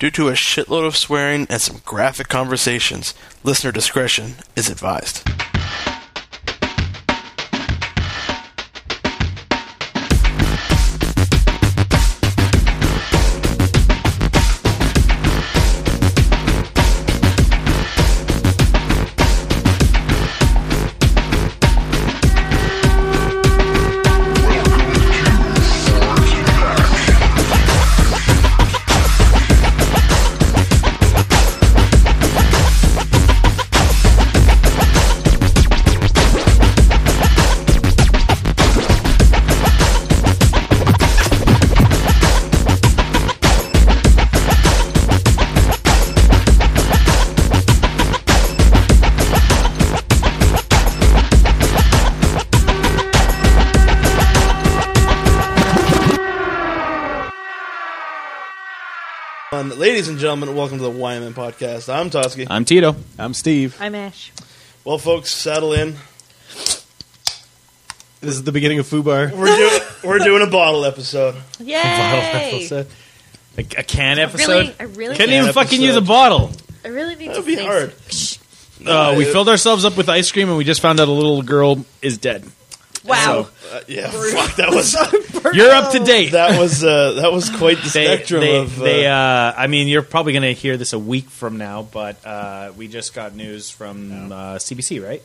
Due to a shitload of swearing and some graphic conversations, listener discretion is advised. Um, ladies and gentlemen, welcome to the YMN podcast. I'm Toski. I'm Tito. I'm Steve. I'm Ash. Well, folks, saddle in. This is the beginning of Fubar. We're doing we're doing a bottle episode. Yay! So, A, a can episode. Really, I really, Couldn't Can even fucking episode. use a bottle. I really need That'd to be say hard. Uh, we it- filled ourselves up with ice cream, and we just found out a little girl is dead. Wow, Uh, yeah, fuck that was that You're up to date. was uh, that was quite the they, spectrum they, of. Uh, they, uh, I mean, you're probably going to hear this a week from now, but uh, we just got news from uh, CBC, right?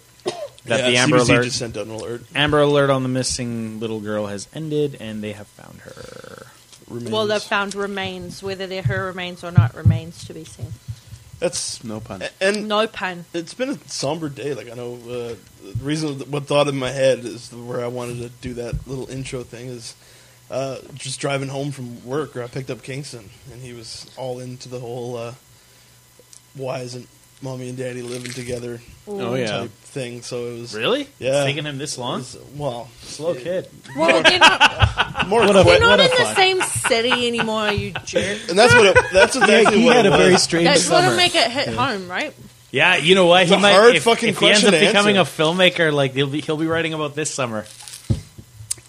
That yeah, the Amber CBC Alert, just sent out an alert. Amber Alert on the missing little girl has ended, and they have found her. Remains. well, they've found remains, whether they're her remains or not, remains to be seen. that's no pun. and No pun. it's been a somber day. Like I know uh, the reason what thought in my head is where I wanted to do that little intro thing is uh, just driving home from work. Or I picked up Kingston, and he was all into the whole uh, why isn't mommy and daddy living together Oh yeah. type thing. So it was Really? Yeah. It's taken him this it long? was- well, Slow kid. Well, they're not, more What a- they're quick, Wait, not what a in the fuck. same city anymore, you jerk. and that's what it, that's exactly he what had it a very was. strange That's going summer. to make it hit home, right? Yeah, you know what? It's a hard fucking if he ends question up to becoming answer. a filmmaker, like he'll be, he'll be writing about this summer.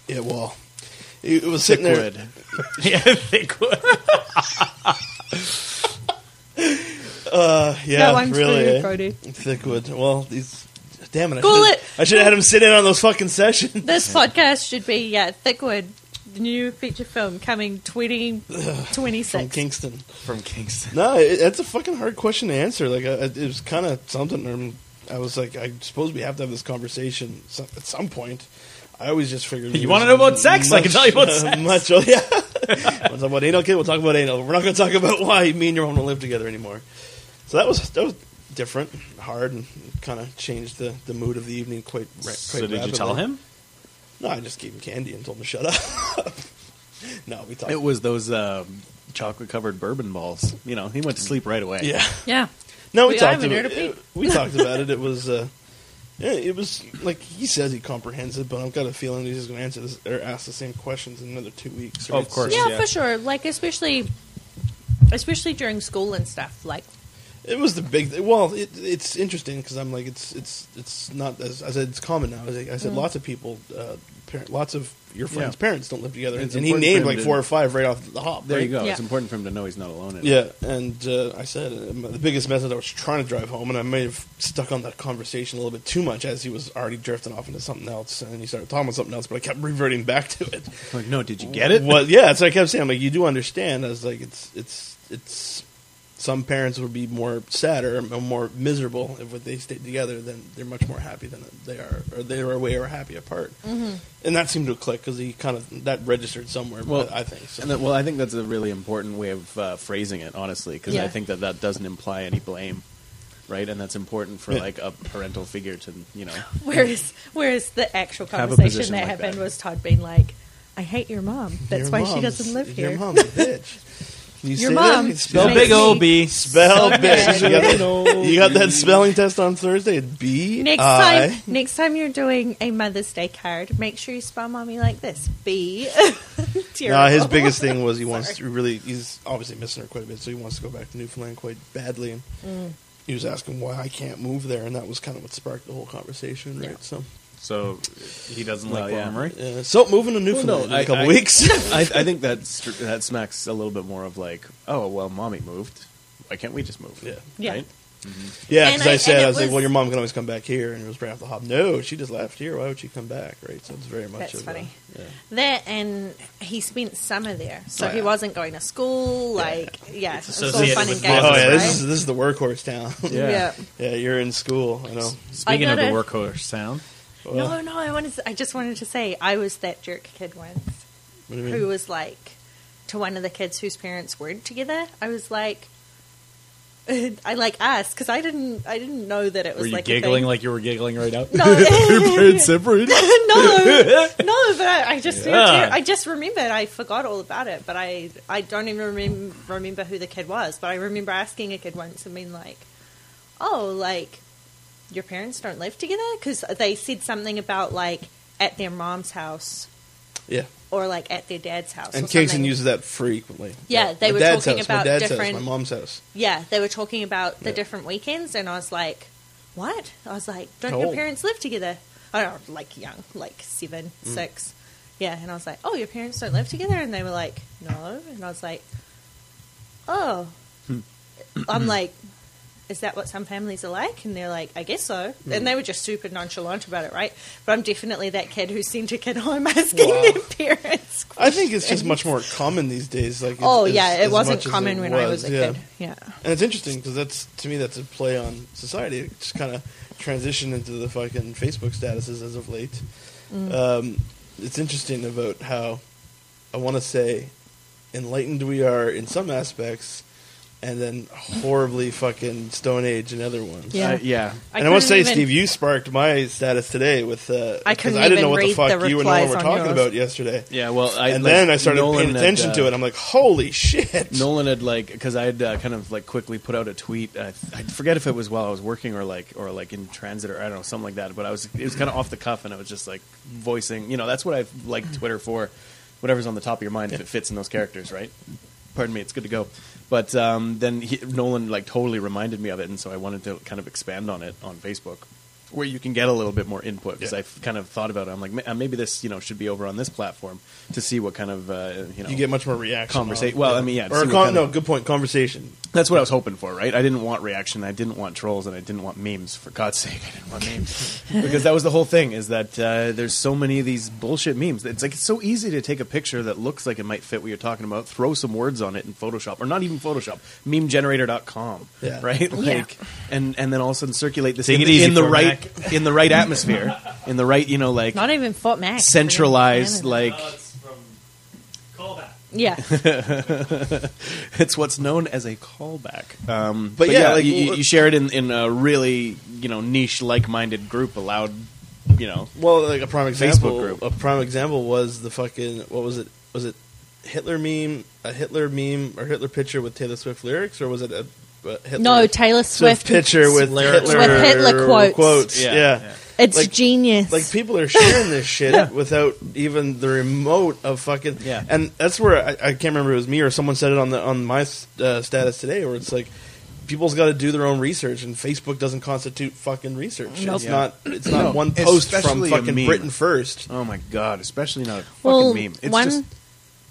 yeah, well, it, it was sitting there. Wood. yeah, they could. Uh, yeah, no one's really. food, eh? Brody. Thickwood. Well, these. Damn it! I Cool should've- it. I should have had him sit in on those fucking sessions. This podcast should be yeah, Thickwood, the new feature film coming twenty twenty from six. Kingston. From Kingston. No, it, that's a fucking hard question to answer. Like, I, it was kind of something. um, I was like, I suppose we have to have this conversation so- at some point. I always just figured. You wanna know about sex? I can tell you about uh, sex. Much, oh, yeah. we'll talk about anal, kid. We'll talk about anal. We're not going to talk about why me and your mom don't live together anymore. So that was that was different, hard, and kind of changed the, the mood of the evening quite. ra- quite So did you rapidly. tell him? No, I just gave him candy and told him to shut up. no, we talked. It was those um, chocolate covered bourbon balls. You know, he went to sleep right away. yeah. Yeah, No, we We talked haven't about heard of it. We talked about it. It was, uh, yeah, it was like he says he comprehends it, but I've got a feeling he's just going to answer this or ask the same questions in another two weeks. Oh, of course. So yeah, Yeah. for sure. Like especially, especially during school and stuff. Like it was the big. Th- well, it, it's interesting because I'm like it's it's it's not as I said it's common now. I said, I said lots of people, uh, par- lots of your friends' Yeah. parents don't live together, It's and he important for named him like to- four or five right off the hop. There right? you go. Yeah. It's important for him to know he's not alone. in it. Yeah, and uh, I said uh, m- the biggest message I was trying to drive home, and I may have stuck on that conversation a little bit too much as he was already drifting off into something else, and he started talking about something else, but I kept reverting back to it. Like, no, did you get it? Well, yeah, so I kept saying, like, you do understand. I was like, it's it's it's some parents would be more sadder or more miserable if they stayed together than they're much more happy than they are, or they are way or happy apart. Mm-hmm. And that seemed to click because he kind of that registered somewhere. Well, I think so. And that, well, I think that's a really important way of uh, phrasing it, honestly, because Yeah. I think that that doesn't imply any blame, right? And that's important for Yeah. like a parental figure to, you know, Whereas, whereas the actual Have a conversation position that like happened that. was Todd being like, "I hate your mom. That's Your why she mom's- doesn't live Your here." mom's a bitch. Can you Your say mom That? Spell makes big big me- O B. Spell so bitch. You mad. got, that, you got that spelling test on Thursday at B. Next I. time, next time you're doing a Mother's Day card, make sure you spell mommy like this: B. No, his Terrible. biggest thing was he wants to really. He's obviously missing her quite a bit, so he wants to go back to Newfoundland quite badly. And Mm. he was asking why I can't move there, and that was kind of what sparked the whole conversation, right? Yeah. So so he doesn't like Well, Bill yeah. Murray. Yeah, so moving to Newfoundland Well, in a couple I, weeks. I, I think that str- that smacks a little bit more of like, oh well, mommy moved. Why can't we just move? Yeah. Yeah. Right? yeah, And because I, I- said and it I was like, was- well, your mom can always come back here, and it was right off the hop. No, she just left here. Why would she come back? Right. So it's very much. That's of a- funny. yeah. That and he spent summer there, so Oh, he yeah. wasn't going to school. Like, yeah, it's, all associated fun and with games, Moses, oh yeah, right? this is this is the workhorse town. Yeah. yeah. yeah, you're in school. I know. Speaking of the gotta- workhorse sound, Well, no, no. I wanted. I just wanted to say I was that jerk kid once, what do you mean? Mm-hmm. who was like to one of the kids whose parents weren't together. I was like, I like asked because I didn't. I didn't know that it was were you like a giggling thing. like you were giggling right now? no. separated. no, no, but I, I just Yeah. I just remembered. I forgot all about it, but I I don't even remem- remember who the kid was. But I remember asking a kid once and being like, "Oh, like your parents don't live together?" Because they said something about like at their mom's house Yeah, or like at their dad's and house. or something. Kingston uses that frequently. Yeah, they my were dad's talking house, my about dad's different- house, my mom's house. Yeah, they were talking about the Yeah. different weekends, and I was like, "What?" I was like, "Don't How your old? parents live together?" I don't know, like young, like seven, Mm. six. Yeah, and I was like, "Oh, your parents don't live together," and they were like, "No," and I was like, "Oh," Hmm. I'm like. Is that what some families are like? And they're like, I guess so. Hmm. And they were just super nonchalant about it, right? But I'm definitely that kid who sent a kid home asking Wow. their parents. I think it's just much more common these days. Like, Oh as- yeah, as it wasn't much as common it when I was a yeah. kid. Yeah. And it's interesting because that's to me that's a play on society. It just kind of transitioned into the fucking Facebook statuses as of late. Mm. Um, it's interesting about how I want to say enlightened we are in some aspects, and then horribly fucking Stone Age in other ones. Yeah. Uh, yeah. and I must say, couldn't even- Steve, you sparked my status today with uh, I because couldn't I didn't know even what the read fuck the you and Nolan replies were on talking yours. about yesterday. Yeah. Well, I and like, then I started Nolan paying had, attention uh, to it. I'm like, holy shit! Nolan had like because I had uh, kind of like quickly put out a tweet. I, I forget if it was while I was working or like or like in transit or I don't know something like that. But I was it was kind of off the cuff and I was just like voicing. You know, that's what I like Twitter for. Whatever's on the top of your mind, if it fits in those characters, right? Pardon me, it's good to go. But um, then he, Nolan like totally reminded me of it, and so I wanted to kind of expand on it on Facebook, where you can get a little bit more input because Yeah. I've kind of thought about it. I'm like, "Ma- maybe this you know should be over on this platform to see what kind of uh, you know you get much more reaction. Conversa- on- well, I mean, yeah, to Or see what con- kind no, of- good point. Conversation. That's what I was hoping for, right? I didn't want reaction. I didn't want trolls, and I didn't want memes. For God's sake, I didn't want memes because that was the whole thing. Is that uh, there's so many of these bullshit memes. It's like it's so easy to take a picture that looks like it might fit what you're talking about, throw some words on it in Photoshop, or not even Photoshop, memegenerator.com, Yeah. right? Yeah. Like, and and then all of a sudden circulate this Take in, it the- easy in the for right in the right atmosphere, in the right you know like Not even Fort Mac. centralized like from callback. Yeah. it's what's known as a callback. Um, but, But yeah, yeah, like, you, you- well, you share it in, in a really you know niche like minded group, a loud you know Well, like a prime example. group. A prime example was the fucking what was it? Was it Hitler meme? A Hitler meme or Hitler picture with Taylor Swift lyrics, or was it a, a Hitler No, Taylor Swift Swift. picture with lyrics. Hitler, With Hitler quotes. Yeah. It's like- genius. Like people are sharing this shit Yeah. without even the remote of fucking Yeah. And that's where I, I can't remember if it was me or someone said it on the on my uh, status today, where it's like people's got to do their own research, and Facebook doesn't constitute fucking research. Nope. It's not. It's not No. one post from Especially a fucking meme. Britain first. Oh my god, especially not a fucking Well, meme. It's one- just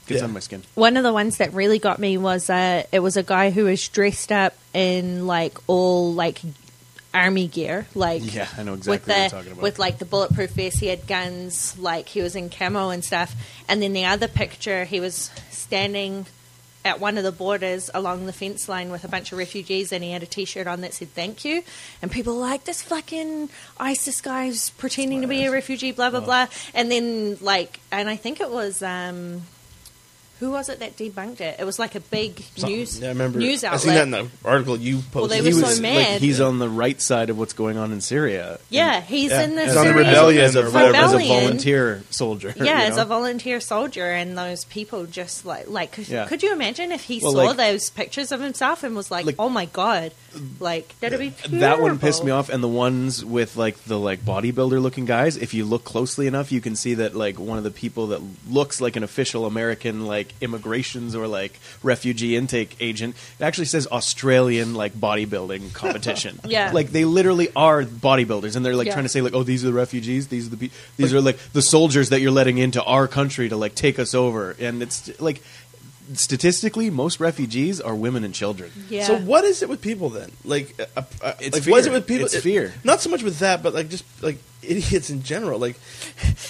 gets Yeah. on my skin. One of the ones that really got me was uh, it was a guy who was dressed up in like all like army gear, like Yeah, I know exactly with what the you're talking about. with like the bulletproof vest. He had guns, like he was in camo and stuff. And then the other picture, he was standing at one of the borders along the fence line with a bunch of refugees, and he had a T-shirt on that said "Thank you." And people were like, "This fucking ISIS guy's pretending to be a refugee," blah Oh. blah blah. And then like, and I think it was. um who was it that debunked it? It was like a big Something. news Yeah, I remember. news outlet. I seen that in the article you posted. they he were so was like mad. he's on the right side of what's going on in Syria. yeah, he's Yeah. in the He's on the Syrian- rebellion as a, or vol- as a Rebellion. volunteer soldier. Yeah, you as know? a volunteer soldier, and those people just like like could, Yeah. could you imagine if he Well, saw like- those pictures of himself and was like, Like- "Oh my god, like that'd be terrible. That one pissed me off, and the ones with like the like bodybuilder looking guys. If you look closely enough, you can see that like one of the people that looks like an official American like like immigrations or like refugee intake agent. It actually says Australian like bodybuilding competition. Yeah. like they literally are bodybuilders, and they're like Yeah. trying to say like, oh, these are the refugees. These are the pe- these are like the soldiers that you're letting into our country to like take us over, and it's like. Statistically, most refugees are women and children. Yeah. So what is it with people then? Like, uh, uh, uh, It's like, what is it fear. with people? It's fear. Not so much with that, but like just like idiots in general. Like,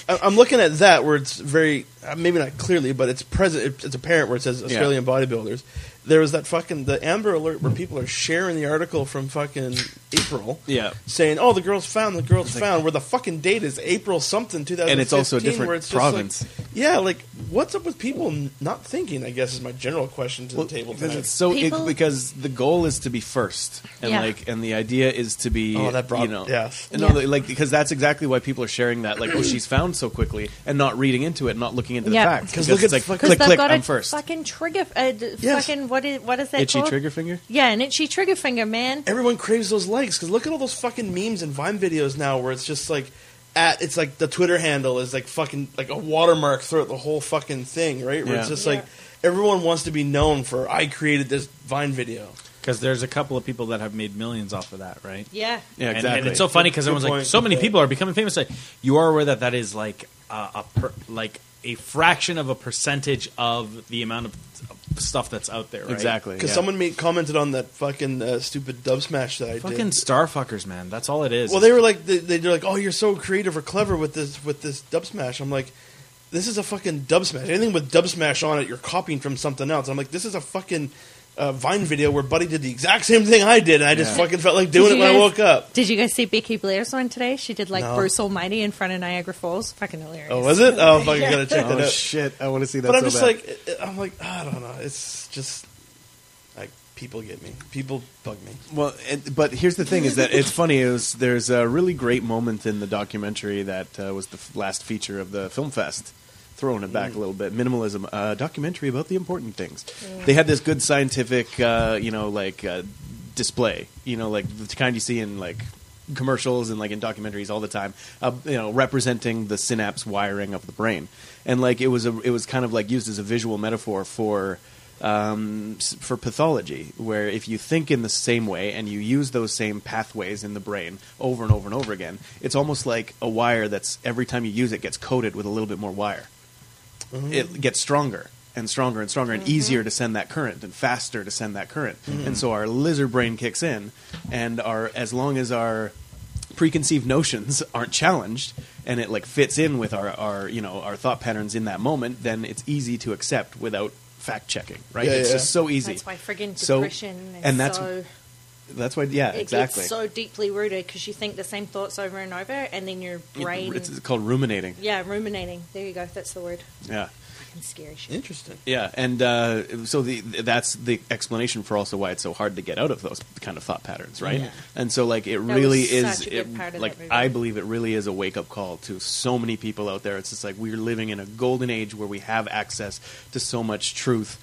I- I'm looking at that where it's very uh, maybe not clearly, but it's present. it- It's apparent where it says Australian bodybuilders. There was that fucking the Amber Alert where people are sharing the article from fucking April. Yeah. Saying, "Oh, the girls found, the girls found." where the fucking date is April something 2015. also a different where it's just like- province. yeah, like what's up with people n- not thinking? I guess is my general question to Well, the table. because tonight. it's so it, People- because the goal is to be first and Yeah. like and the idea is to be Oh, that brought- you know yes. no Yeah. like because that's exactly why people are sharing that like oh she's found so quickly and not reading into it and not looking into the Yeah. facts 'Cause look it's at like fuck- Because click they've click got I'm a first fucking trigger. Uh, d- Yes. Fucking what is what is that itchy called? trigger finger Yeah, an itchy trigger finger, man. everyone craves those likes because look at all those fucking memes and Vine videos now where it's just like at it's like the Twitter handle is like fucking like a watermark throughout the whole fucking thing, right? Where it's Yeah. just Yeah. like everyone wants to be known for I created this Vine video. Because there's a couple of people that have made millions off of that, right? Yeah. yeah And- exactly And, it's so funny because Good everyone's like, point. so many Yeah. people are becoming famous. Like, you are aware that that is like a, a per, like a fraction of a percentage of the amount of stuff that's out there. Right? exactly Because yeah. someone made, commented on that fucking uh, stupid dub smash that I Fucking did. starfuckers, man. That's all it is. Well, they were like they, they- they're like, oh, you're so creative or clever with this with this dub smash. I'm like. This is a fucking dub smash. Anything with dub smash on it, you're copying from something else. I'm like, this is a fucking uh, Vine video where Buddy did the exact same thing I did, and I just Yeah. fucking felt like doing Did it you when I guys- woke up. Did you guys see Becky Blair's one today? She did like No. Bruce Almighty in front of Niagara Falls. Fucking hilarious. Oh, was it? Oh, fucking gotta check that oh out. shit I want to see that but I'm so just bad. like, uh, I'm like, I don't know. It's just like people get me. People bug me. Well, and, but here's the thing: is that it's funny. It was, there's a really great moment in the documentary that uh, was the f- last feature of the film fest. Throwing it back a little bit, minimalism, uh, documentary about the important things. They had this good scientific, uh, you know, like uh, display, you know, like the kind you see in like commercials and like in documentaries all the time, uh, you know, representing the synapse wiring of the brain. And like it was a, it was kind of like used as a visual metaphor for um, s- for pathology, where if you think in the same way and you use those same pathways in the brain over and over and over again, it's almost like a wire that's every time you use it gets coated with a little bit more wire. Mm-hmm. It gets stronger and stronger and stronger and easier to send that current and faster to send that current. Mm-hmm. And so our lizard brain kicks in, and our as long as our preconceived notions aren't challenged and it like fits in with our, our you know our thought patterns in that moment then it's easy to accept without fact checking right Yeah, it's yeah. just so easy That's why friggin' So- depression is and that's so that's why yeah it exactly gets so deeply rooted because you think the same thoughts over and over, and then your It- brain. it's called ruminating yeah, ruminating. There you go. That's the word. yeah Fucking scary shit. Interesting. yeah and uh, so the that's the explanation for also why it's so hard to get out of those kind of thought patterns right Yeah. and so like it That really was is such a good it- part of like that movie. i believe it really is a wake-up call to so many people out there it's just like we're living in a golden age where we have access to so much truth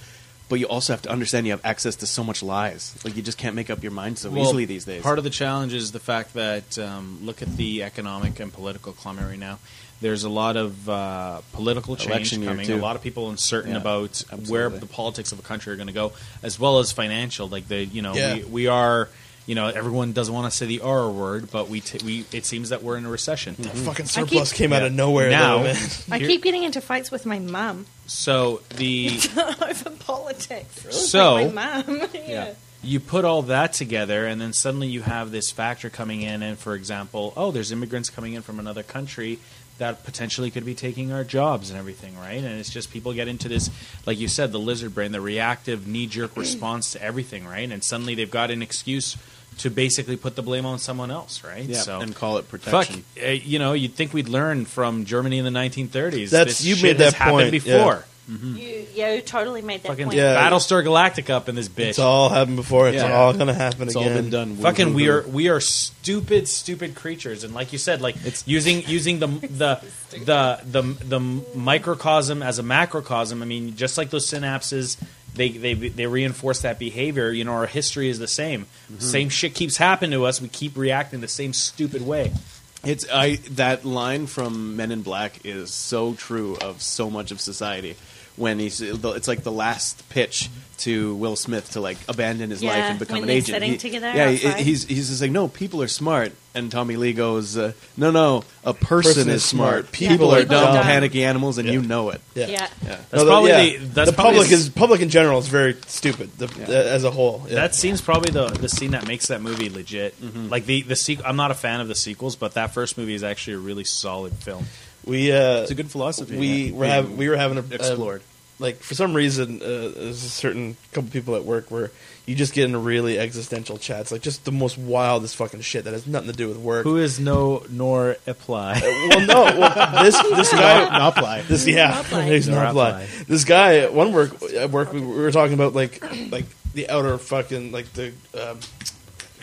but you also have to understand you have access to so much lies like you just can't make up your mind so Well, easily these days Part of the challenge is the fact that um, look at the economic and political climate right now. There's a lot of uh, political change Election year, coming. too. A lot of people uncertain Yeah, about where absolutely. the politics of a country are going to go, as well as financial. Like the you know Yeah. we, we are. You know, everyone doesn't want to say the R word, but we t- we it seems that we're in a recession. Mm-hmm. That fucking I keep- surplus came out of Yeah. nowhere. Now- though, man. I Here- keep getting into fights with my mum So the over politics. It's So- like my mum. yeah. you put all that together and then suddenly you have this factor coming in and for example oh there's immigrants coming in from another country that potentially could be taking our jobs and everything right and it's just people get into this like you said the lizard brain the reactive knee-jerk Mm. response to everything right and suddenly they've got an excuse to basically put the blame on someone else right yeah so and call it fuck protection uh, you know you'd think we'd learn from germany in the That's- 1930s This you shit made has that happened point, before yeah. You, yeah, you totally made that fucking point. Yeah. battlestar galactic up in this bitch It's all happened before. It's Yeah. all gonna happen it's all again. been done Fucking, we are weird. we are stupid, stupid creatures, and like you said, like it's using using the the the the the microcosm as a macrocosm. I mean, just like those synapses, they they they reinforce that behavior. You know, our history is the same. Mm-hmm. Same shit keeps happening to us. We keep reacting the same stupid way. It's I that line from Men in Black is so true of so much of society, when he's it's like the last pitch to Will Smith to like abandon his Yeah, life and become when an they're agent. sitting He- together yeah, he- outside. he's he's just like no, people are smart, and Tommy Lee goes, uh, no, no, a person, is smart. People, are people dumb, are dumb. panicky animals, and Yeah. you know it. Yeah. yeah. Yeah. That's No, the- probably yeah. the, that's the probably public the- is public in general is very stupid. The, Yeah. uh, as a whole, yeah. That scene's probably the the scene that makes that movie legit. Mm-hmm. Like the the sequ- I'm not a fan of the sequels, but that first movie is actually a really solid film. we uh, It's a good philosophy. we that were having we were having a explored. a- like for some reason, uh, there's a certain couple people at work where you just get into really existential chats, like just the most wildest fucking shit that has nothing to do with work. Who is no nor apply? well, no, well, this this guy not apply. This yeah, Not blind. he's Nor not blind. blind. This guy at one work at work we, we were talking about like like the outer fucking like the um,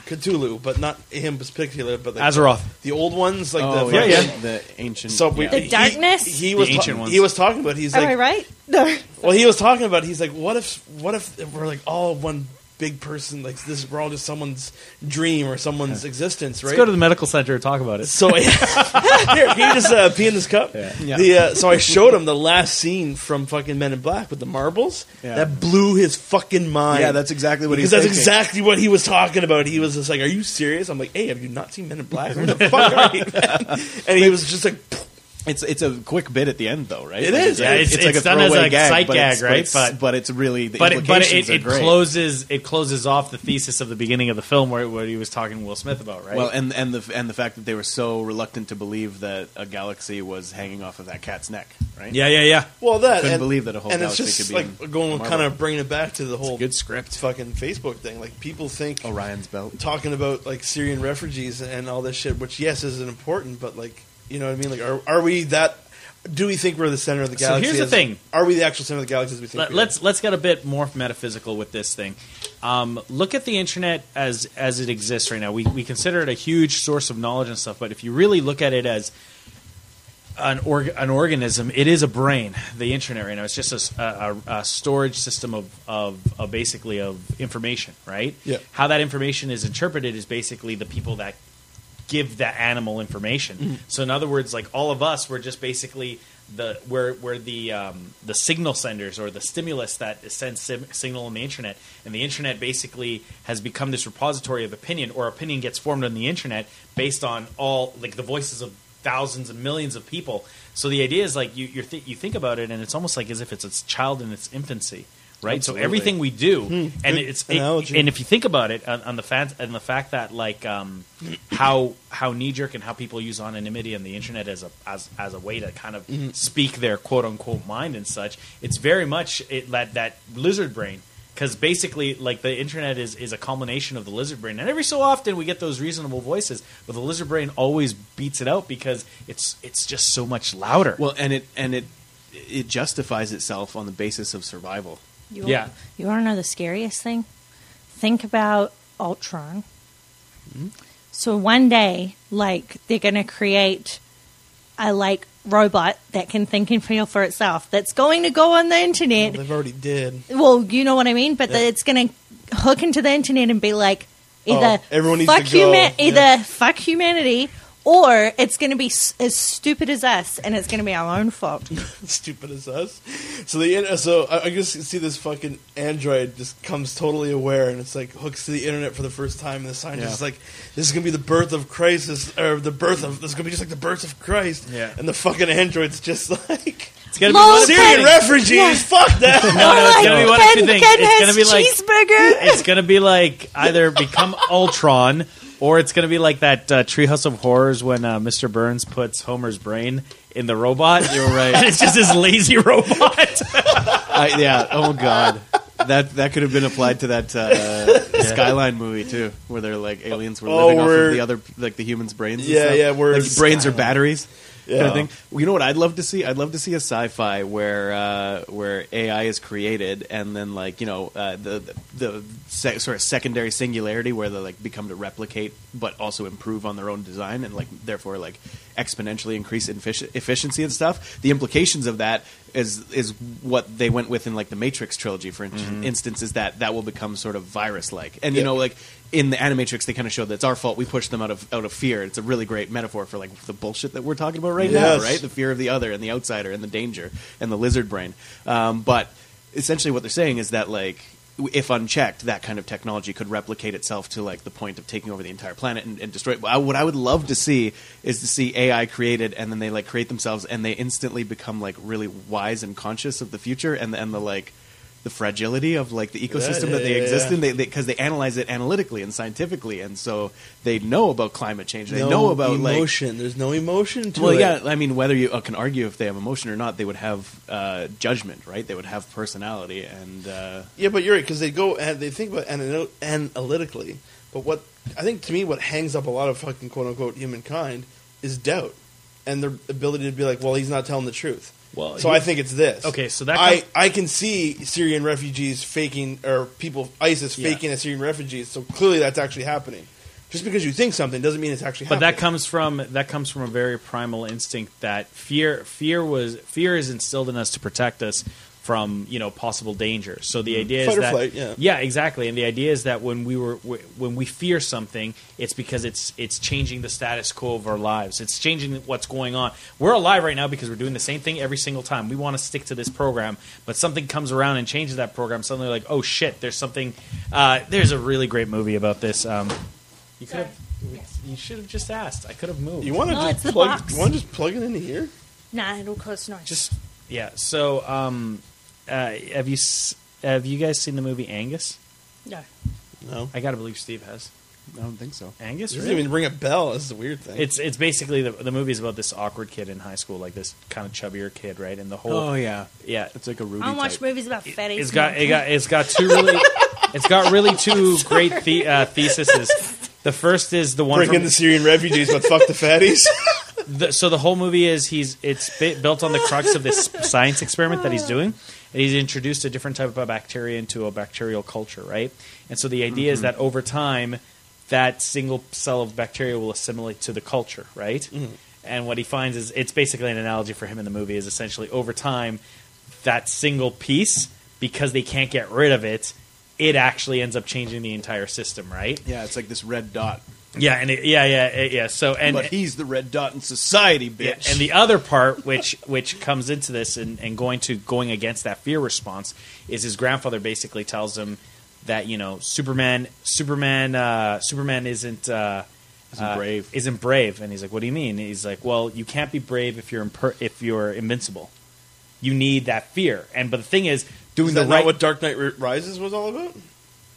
Cthulhu, but not him in particular, but like Azeroth. the old ones like oh, the yeah, fucking- yeah, the ancient. So we, The he- darkness? He, was The ta- ancient ones. he was talking about. He's Am like, I right? No. well, he was talking about. He's like, what if, what if we're like all one big person? Like this, we're all just someone's dream or someone's existence, right? Let's go to the medical center and talk about it. So here, can you just uh, pee in this cup? Yeah. Yeah. The, uh, so I showed him the last scene from fucking Men in Black with the marbles. Yeah. That blew his fucking mind. yeah, that's exactly what because he's that's thinking. exactly what he was talking about. He was just like, "Are you serious?" I'm like, "Hey, have you not seen Men in Black? Where the fuck are you?" man?" And he was just like, It's it's a quick bit at the end though, right? It Like, is. like- Yeah, it's- it's done as throwaway a sight but it's- gag, right? But it's, But- but it's really the but it, but implications it, it are great. closes it closes off the thesis of the beginning of the film where, where he was talking to Will Smith about right. Well, and and the and the fact that they were so reluctant to believe that a galaxy was hanging off of that cat's neck, right? yeah, yeah, yeah. "Well, that Couldn't and, believe that a whole and it's galaxy just could be like in going Marvel. kind of bringing it back to the whole good Oh, script. fucking Facebook thing. Like people think Orion's belt. talking about like Syrian refugees and all this shit, which yes isn't important, but like you know what I mean? Like, are are we that? Do we think we're the center of the So galaxy? here's the as- thing. are we the actual center of the galaxy? As we think Let, we are? let's let's get a bit more metaphysical with this thing. Um, look at the internet as as it exists right now. We we consider it a huge source of knowledge and stuff, but if you really look at it as an org- an organism, it is a brain. The internet right now, it's just a s- a, a- a storage system of, of of basically of information, right? Yeah. How that information is interpreted is basically the people that give that animal information. So in other words, like all of us, we're just basically the we're we're the um, the signal senders or the stimulus that sends sim- signal on the internet, and the internet basically has become this repository of opinion, or opinion gets formed on the internet based on all like the voices of thousands and millions of people. So the idea is like you you're th- you think about it, and it's almost like as if it's a child in its infancy. Right, Absolutely. so everything we do, and it's it- analogy. and if you think about it, on, on the fact and the fact that like um, how how knee jerk and how people use anonymity on the internet as a as, as a way to kind of speak their quote unquote mind and such, it's very much it, that that lizard brain. Because basically, like the internet is, is a culmination of the lizard brain, and every so often we get those reasonable voices, but the lizard brain always beats it out because it's it's just so much louder. Well, and it and it it justifies itself on the basis of survival. You Yeah. You want to know the scariest thing? Think about Ultron. Mm-hmm. So one day, like they're going to create a like robot that can think and feel for itself. That's going to go on the Well, internet. they've already did. Well, you know what I mean. But Yeah. it's going to hook into the internet and be like either Oh, everyone needs fuck to go. huma- either Yeah. fuck humanity. Or it's going to be s- as stupid as us, and it's going to be our own fault. Stupid as us. So the in- so I, I just see this fucking android just comes totally aware, and it's like hooks to the internet for the first time. And the scientist Yeah. is like, "This is gonna be the birth of crisis, or the birth of this is gonna be just like the birth of Christ." Yeah. And the fucking android's just like it's gonna Lol, one of two Syrian things. Ted- refugees. Fuck that. No, no, it's Like, gonna be one of two Ben things. Ken It's has gonna be like cheeseburger. it's gonna be like either become Ultron or it's gonna be like that uh, Treehouse of Horrors when uh, Mr. Burns puts Homer's brain in the robot. You're right, and it's just this lazy robot. I, yeah. Oh God. That that could have been applied to that uh, Skyline movie too, where they're like aliens were Oh, living off we're- of the other like the humans' brains. and Yeah, stuff. yeah, we're- like brains are batteries. Kind Yeah. of thing. Well, you know what I'd love to see? I'd love to see a sci-fi where uh, where AI is created and then like you know uh, the the, the sec- sort of secondary singularity where they like become to replicate but also improve on their own design and like therefore like exponentially increase infici- efficiency and stuff. The implications of that is is what they went with in like the Matrix trilogy, for in- instance, is that that will become sort of virus like. And you Yeah. know, like in the Animatrix, they kind of showed that it's our fault. We pushed them out of out of fear. It's a really great metaphor for like the bullshit that we're talking about right Yes. now, right? The fear of the other and the outsider and the danger and the lizard brain. Um, but essentially, what they're saying is that like. w- If unchecked, that kind of technology could replicate itself to like the point of taking over the entire planet and, and destroy. it. But I- What I would love to see is to see AI created, and then they like create themselves, and they instantly become like really wise and conscious of the future, and and the like the fragility of like the ecosystem yeah, that they yeah, exist yeah. in because they, 'cause they analyze it analytically and scientifically, and so they know about climate change. They no know about like emotion. There's no emotion to well, it. yeah. I mean, whether you uh, can argue if they have emotion or not, they would have uh, judgment, right? They would have personality, and uh, Yeah, but you're right because they go and they think about anal- analytically. But what I think to me, what hangs up a lot of fucking quote unquote humankind is doubt and their ability to be like, well, he's not telling the truth. Well, so you- I think it's this. Okay, so that I comes- I can see Syrian refugees faking or people ISIS Yeah. faking as Syrian refugees. So clearly that's actually happening. Just because you think something doesn't mean it's actually But happening. that comes from that comes from a very primal instinct that fear fear was fear is instilled in us to protect us from you know possible danger. So the idea Mm-hmm. Fight is or that flight, yeah. exactly. And the idea is that when we were wh- when we fear something, it's because it's it's changing the status quo of our lives. It's changing what's going on. We're alive right now because we're doing the same thing every single time. We want to stick to this program, but something comes around and changes that program. Suddenly, like oh shit, there's something. Uh, there's a really great movie about this. Um, you could have. You should have just asked. I could have moved. you want to No, it's just the plug. box. You want to just plug it into here? Nah, it'll cause noise. just yeah. So, um, uh, have you s- have you guys seen the movie Angus? no. No, I gotta believe Steve has I don't think so. this Angus. doesn't Really? even ring a bell. That's the weird thing. It's it's basically the the movie is about this awkward kid in high school, like this kind of chubbier kid, right? And the whole Oh yeah, yeah, it's like a Rudy. I don't watch type. movies about fatties. it's got it got it's got two really it's got really two great the, uh, theses. The first is the one bring from, in the Syrian refugees, but fuck the fatties. the, so the whole movie is he's it's bi- built on the crux of this science experiment that he's doing and he's introduced a different type of bacteria into a bacterial culture right and so the idea is that over time that single cell of bacteria will assimilate to the culture right and what he finds is it's basically an analogy for him in the movie is essentially over time that single piece because they can't get rid of it it actually ends up changing the entire system right Yeah, it's like this red dot, yeah and it, yeah yeah it- yeah so and but he's the red dot in society, bitch. yeah, and the other part, which which comes into this and, and going to going against that fear response, is his grandfather basically tells him that you know Superman Superman uh, Superman isn't. Uh, Isn't uh, brave. isn't brave, and he's like, "What do you mean?" And he's like, "Well, you can't be brave if you're imper- if you're invincible. You need that fear." And but the thing is, doing Is the that right not what Dark Knight Ri- Rises was all about?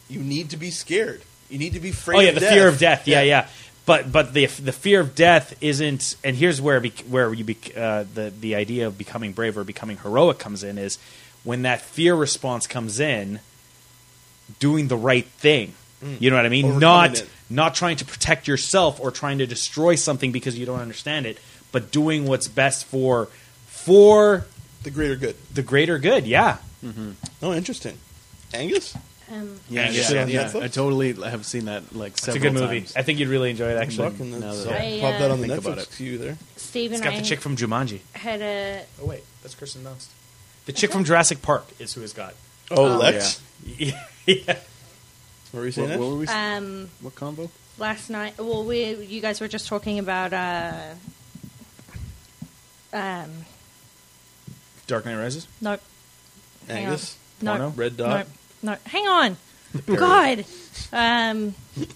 You need to be scared. You need to be afraid. Oh yeah, of the death. fear of death. Yeah, yeah. But but the the fear of death isn't. And here's where bec- where you bec- uh, the the idea of becoming brave or becoming heroic comes in is when that fear response comes in, doing the right thing. You know what I mean? Overcoming not it. not trying to protect yourself or trying to destroy something because you don't understand it, but doing what's best for for the greater good. the greater good. Yeah. Oh, interesting. Angus, Um, yeah, Angus yeah, on yeah. Netflix? I totally have seen that like It's a several good movie. times. I think you'd really enjoy it actually. Fucking now that's- that I'll I, pop that uh, on the Think about Netflix it. queue there. Steve It's and got the I chick from Jumanji. had a Oh wait, that's Kirsten Dunst. The chick from Jurassic Park is who has got. Oh, Oh, Lex, yeah. what were you saying? What, what were we? um, what combo? last night. Well, we you guys were just talking about uh, um, Dark Knight Rises. no, Ash? Angus, no, Porno? Red no, Dot. no. Hang on, God, um,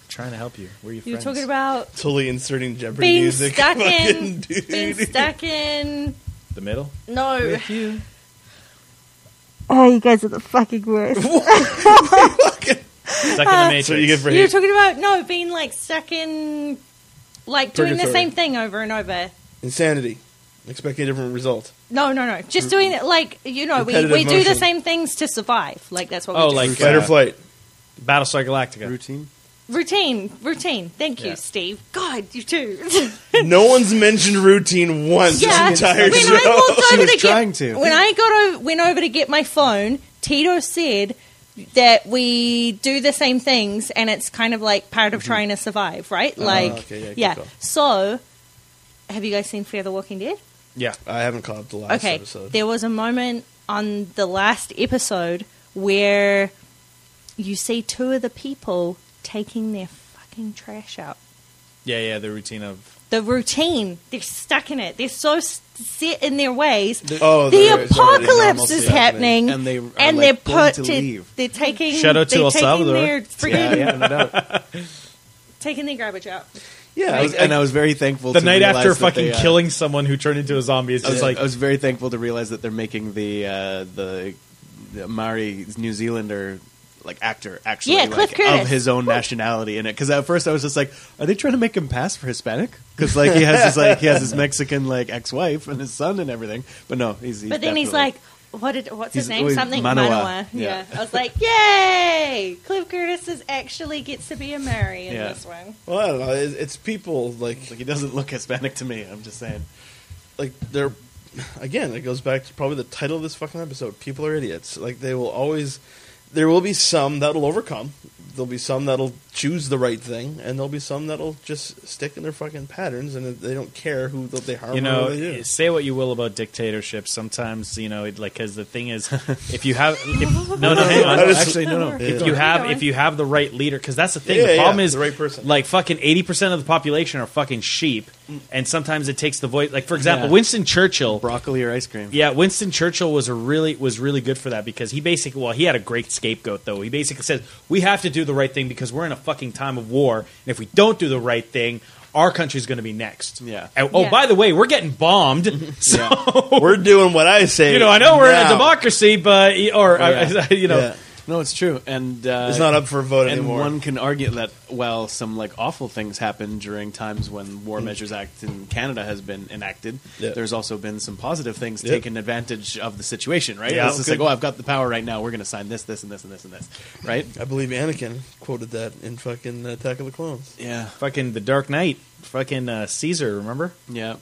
Trying to help you. Where you? you were talking about Totally inserting Jeopardy being music. stuck Fucking in, dude. being stuck in. the middle. No, you. oh, you guys are the fucking worst. Stuck in the Matrix. So you get for you were hate. talking about no being like stuck in, like doing the Purgatory. same thing over and over. insanity. Expecting a different result. No, no, no. Just doing it like you know, we, we Repetitive do the motion. same things to survive. Like that's what Oh, we do. like, Fight or uh, flight. Battlestar Galactica. Routine. Routine, routine. Thank you, Yeah. Steve. God, you too. no one's mentioned routine once yeah. this entire when show. I walked She over was to trying get, to. when I got over, went over to get my phone, Tito said that we do the same things, Mm-hmm. Uh-huh. and it's kind of like part of trying to survive, right? Like, okay, yeah, good yeah. call. So have you guys seen Fear the Walking Dead? Yeah. I haven't caught up the last okay, episode. there was a moment on the last episode where you see two of the people taking their fucking trash out. Yeah, yeah, the routine of The routine, they're stuck in it. They're so s- set in their ways. oh, the there is already apocalypse normalcy is happening, And they are, and like, they're going put to leave. They're taking Shout out to they're El taking Salvador. Their yeah, freaking, yeah, no doubt. taking their garbage out. Yeah, I was- and I was very thankful. the to night realize after that fucking they, uh, killing someone who turned into a zombie. It's I was, just like I was very thankful to realize that they're making the uh, the, the Maori New Zealander like actor actually Yeah, Cliff like, Curtis. of his own nationality in it. Because at first I was just like, are they trying to make him pass for Hispanic? Because like he has his like he has his Mexican like ex wife and his son and everything. But no, he's, he's But then he's definitely- like, what did, what's his He's- name? oh, he's Something Manoa. Manoa. Yeah. Yeah. I was like, yay! Cliff Curtis is actually gets to be a Mary in Yeah. this one. Well, I don't know. It's, it's people like like he doesn't look Hispanic to me. I'm just saying. like they're again it goes back to probably the title of this fucking episode people are idiots like they will always there will be some that'll overcome there'll be some that'll choose the right thing and there'll be some that'll just stick in their fucking patterns and they don't care who th- they harm you or know, who they do say what you will about dictatorships. Sometimes you know, it, like, because the thing is, if you have, if, no, no, hang on. I just- Actually, no, no. Yeah. if you Keep have going. if you have the right leader because that's the thing Yeah, the yeah, problem is the right person. like fucking 80% of the population are fucking sheep and sometimes it takes the voice like for example Yeah. winston churchill Broccoli or ice cream? yeah winston churchill was a really was really good for that because he basically well he had a great scapegoat though he basically says we have to do the right thing because we're in a fucking time of war and if we don't do the right thing our country's going to be next Yeah. And- oh Yeah. by the way we're getting bombed so we're doing what i say you know i know we're in a now. democracy but or uh, Yeah. you know Yeah. No, it's true. And uh, it's not up for a vote and anymore one can argue that while some like awful things happen during times when War Measures Act in Canada has been enacted, Yeah. there's also been some positive things Yeah. taken advantage of the situation, right? Yeah. it's just Good. like, oh, I've got the power right now. We're going to sign this, this, and this, and this, and this, right? i believe anakin quoted that in fucking attack of the clones Yeah, fucking the Dark Knight, fucking uh, Caesar. Remember yeah.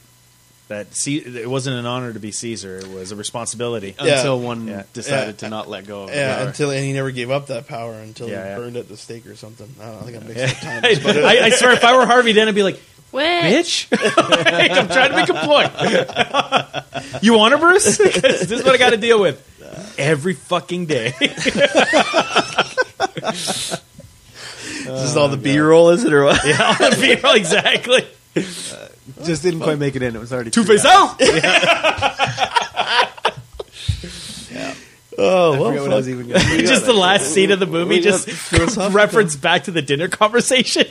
that? Ce- it wasn't an honor to be Caesar; it was a responsibility. Yeah. Until one Yeah. decided Yeah. to not let go of yeah, the power. until and he never gave up that power until Yeah, he yeah. burned at the stake or something. I don't know. I think I'm mixing up time. I, I swear, if I were Harvey Dent, I'd be like, Which "Bitch, Like, I'm trying to make a point. you want her, Bruce? 'Cause this is what I got to deal with every fucking day." this Oh, is all the B roll, is it or what? yeah, I'll be- exactly. just didn't quite make it in. It was already Two face out. Oh, well, forget what I was fuck. even gonna do. just the last scene of the movie, We got just philosophical. reference back to the dinner conversation.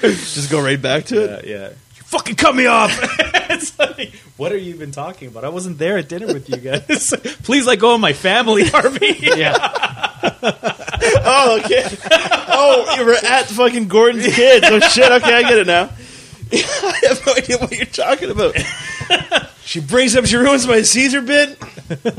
just go right back to it. Yeah, yeah. You fucking cut me off. it's like, what are you even talking about? I wasn't there at dinner with you guys. Please let go of my family, Harvey. yeah. Oh, okay. Oh, you were at fucking Gordon's kids. Oh shit. Okay, I get it now. I have no idea what you're talking about. She brings up, she ruins my Caesar bit.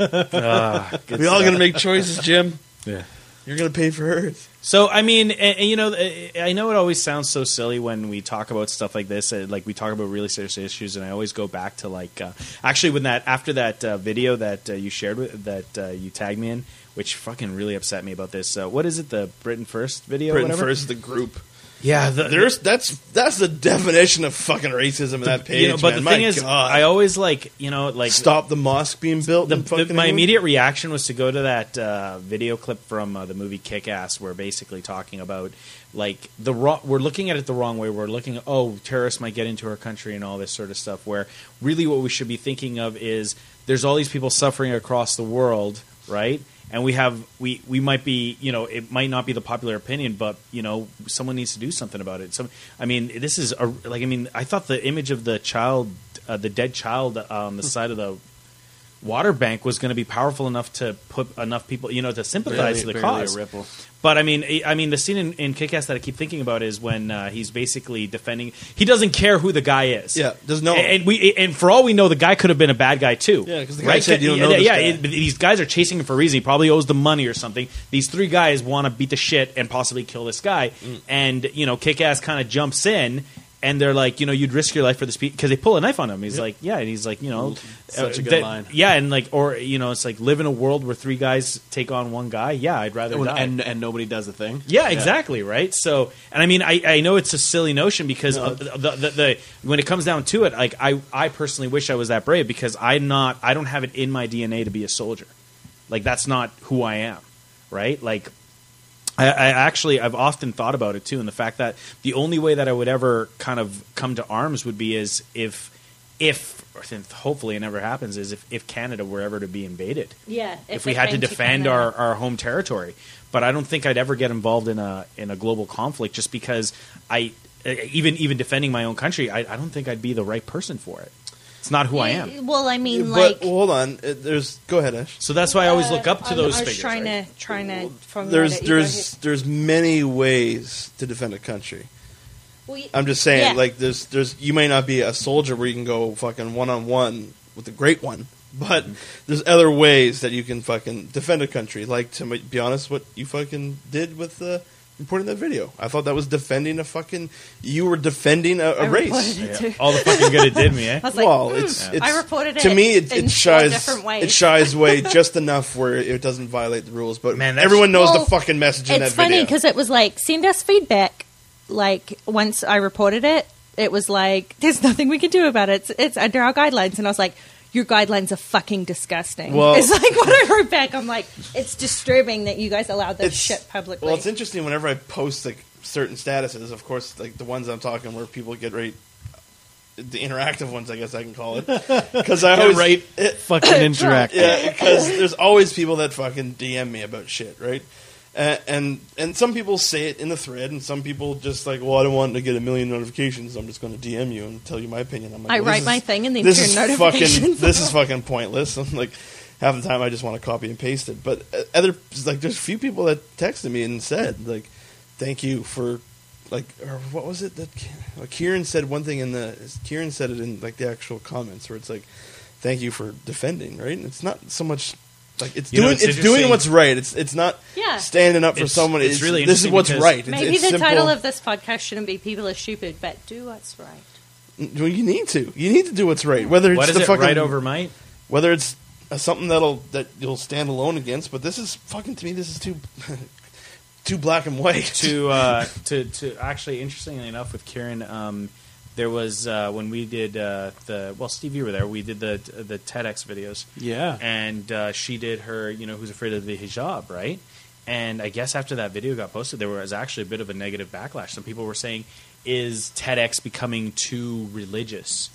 we all gonna make choices, Jim. Yeah. You're gonna pay for hers. So I mean, and, and, you know, I I know it always sounds so silly when we talk about stuff like this. uh, Like we talk about really serious issues, and I always go back to like uh, actually when that after that uh, video that uh, you shared with that uh, you tagged me in, which fucking really upset me about this. Uh, what is it? The Britain First video. Britain whatever? first, the group. Yeah, the, There's that's that's the definition of fucking racism in that page. you know, man. but the thing my is, God. I always like you know like stop the mosque being built. the, in the- fucking my England. immediate reaction was to go to that uh, video clip from uh, the movie Kick Ass, where basically talking about like the wrong. We're looking at it the wrong way. We're looking, oh, terrorists might get into our country and all this sort of stuff. Where really, what we should be thinking of is there's all these people suffering across the world, right? And we have we we might be you know it might not be the popular opinion, but you know someone needs to do something about it. Some, I mean, this is a, like I mean, I thought the image of the child, uh, the dead child on the side of the water bank was going to be powerful enough to put enough people, you know, to sympathize Barely- to the barely a cause. ripple. But I mean, I- I mean, the scene in, in Kick-Ass that I keep thinking about is when uh, he's basically defending. He doesn't care who the guy is. Yeah, doesn't know him. And we, and for all we know, the guy could have been a bad guy too. Yeah, 'cause the guy said, "You don't yeah, know this yeah, guy." it- but these guys are chasing him for a reason. He probably owes them money or something. These three Mm. guys want to beat the shit and possibly kill this guy. And you know, Kick-Ass kind of jumps in. and they're like, you know, you'd risk your life for this because they pull a knife on him. He's like, yeah, and he's like, you know, uh, Such a good that- line. Yeah, and like, or you know, it's like live in a world where three guys take on one guy. Yeah, I'd rather die. and and nobody does a thing. Yeah, exactly, right? So, and I mean, I, I know it's a silly notion because of the, the, the, when it comes down to it, like I, I personally wish I was that brave because I'm not, I don't have it in my DNA to be a soldier. Like that's not who I am, right? Like I, I actually I've often thought about it too, and the fact that the only way that I would ever kind of come to arms would be is if if or since hopefully it never happens is if, if Canada were ever to be invaded Yeah. if, we had to defend our, our home territory. But I don't think I'd ever get involved in a in a global conflict just because I eh, even even defending my own country, I, I don't think I'd be the right person for it. It's not who I am. Well, I but mean, like. well, hold on, It- there's go ahead, Ash. So that's why I always look up to I'm- those Uh, I was figures. trying right? to trying to formulate There's it. You go there's ahead. there's many ways to defend a country. Well, you- I'm just saying, Yeah. like there's there's you may not be a soldier where you can go fucking one on one with a great one, but Mm-hmm. there's other ways that you can fucking defend a country. Like to m- be honest, what you fucking did with the. Reporting that video, I thought that was defending a fucking. You were defending a, I a reported race. it Yeah. too. All the fucking good it did me, eh? I was like, well, "Hmm, it's, it's I reported it. to me. It, in it four shies different ways. it shies away just enough where it doesn't violate the rules. But Man, man, that's- everyone knows Well, the fucking message in it's that funny video. because it was like send us feedback like once i reported it it was like there's nothing we can do about it it's, it's under our guidelines and i was like your guidelines are fucking disgusting Well- it's like what i wrote back i'm like it's disturbing that you guys allow this It's- shit publicly Well, it's interesting whenever I post like certain statuses. Of course, like the ones I'm talking where people get right, the interactive ones, I guess I can call it, because I always right. it- Fucking interact. yeah, because there's always people that fucking DM me about shit, right? And, Uh, and and some people say it in the thread, and some people just like, well, I don't want to get a million notifications. I'm just going to DM you and tell you my opinion. I'm like, I well, this write is- my thing and then this turn is fucking notifications this off. is fucking pointless. I'm like, half the time I just want to copy and paste it. But uh, other like, there's a few people that texted me and said like, thank you for like, or what was it that Ki- Kieran said one thing in the Kieran said it in like the actual comments where it's like, thank you for defending, right? And it's not so much like it's You know, doing it's it's, doing interesting. what's right. It's it's not Yeah. standing up for It's- someone. it's It's, really this is interesting what's because- right. It's, maybe it's the simple. title of this podcast shouldn't be people are stupid but do what's right Well, you need to you need to do what's right. Whether it's What is the it? fucking Right over might? whether it's uh, something that'll that you'll stand alone against. But this is fucking to me. This is too too black and white. to uh, to to actually interestingly enough with Kieran, um, there was uh, when we did uh, the well, Steve, you were there. We did the the TEDx videos. Yeah. and uh, she did her you know who's afraid of the hijab, right? And I guess after that video got posted, there was actually a bit of a negative backlash. Some people were saying, "Is TEDx becoming too religious?"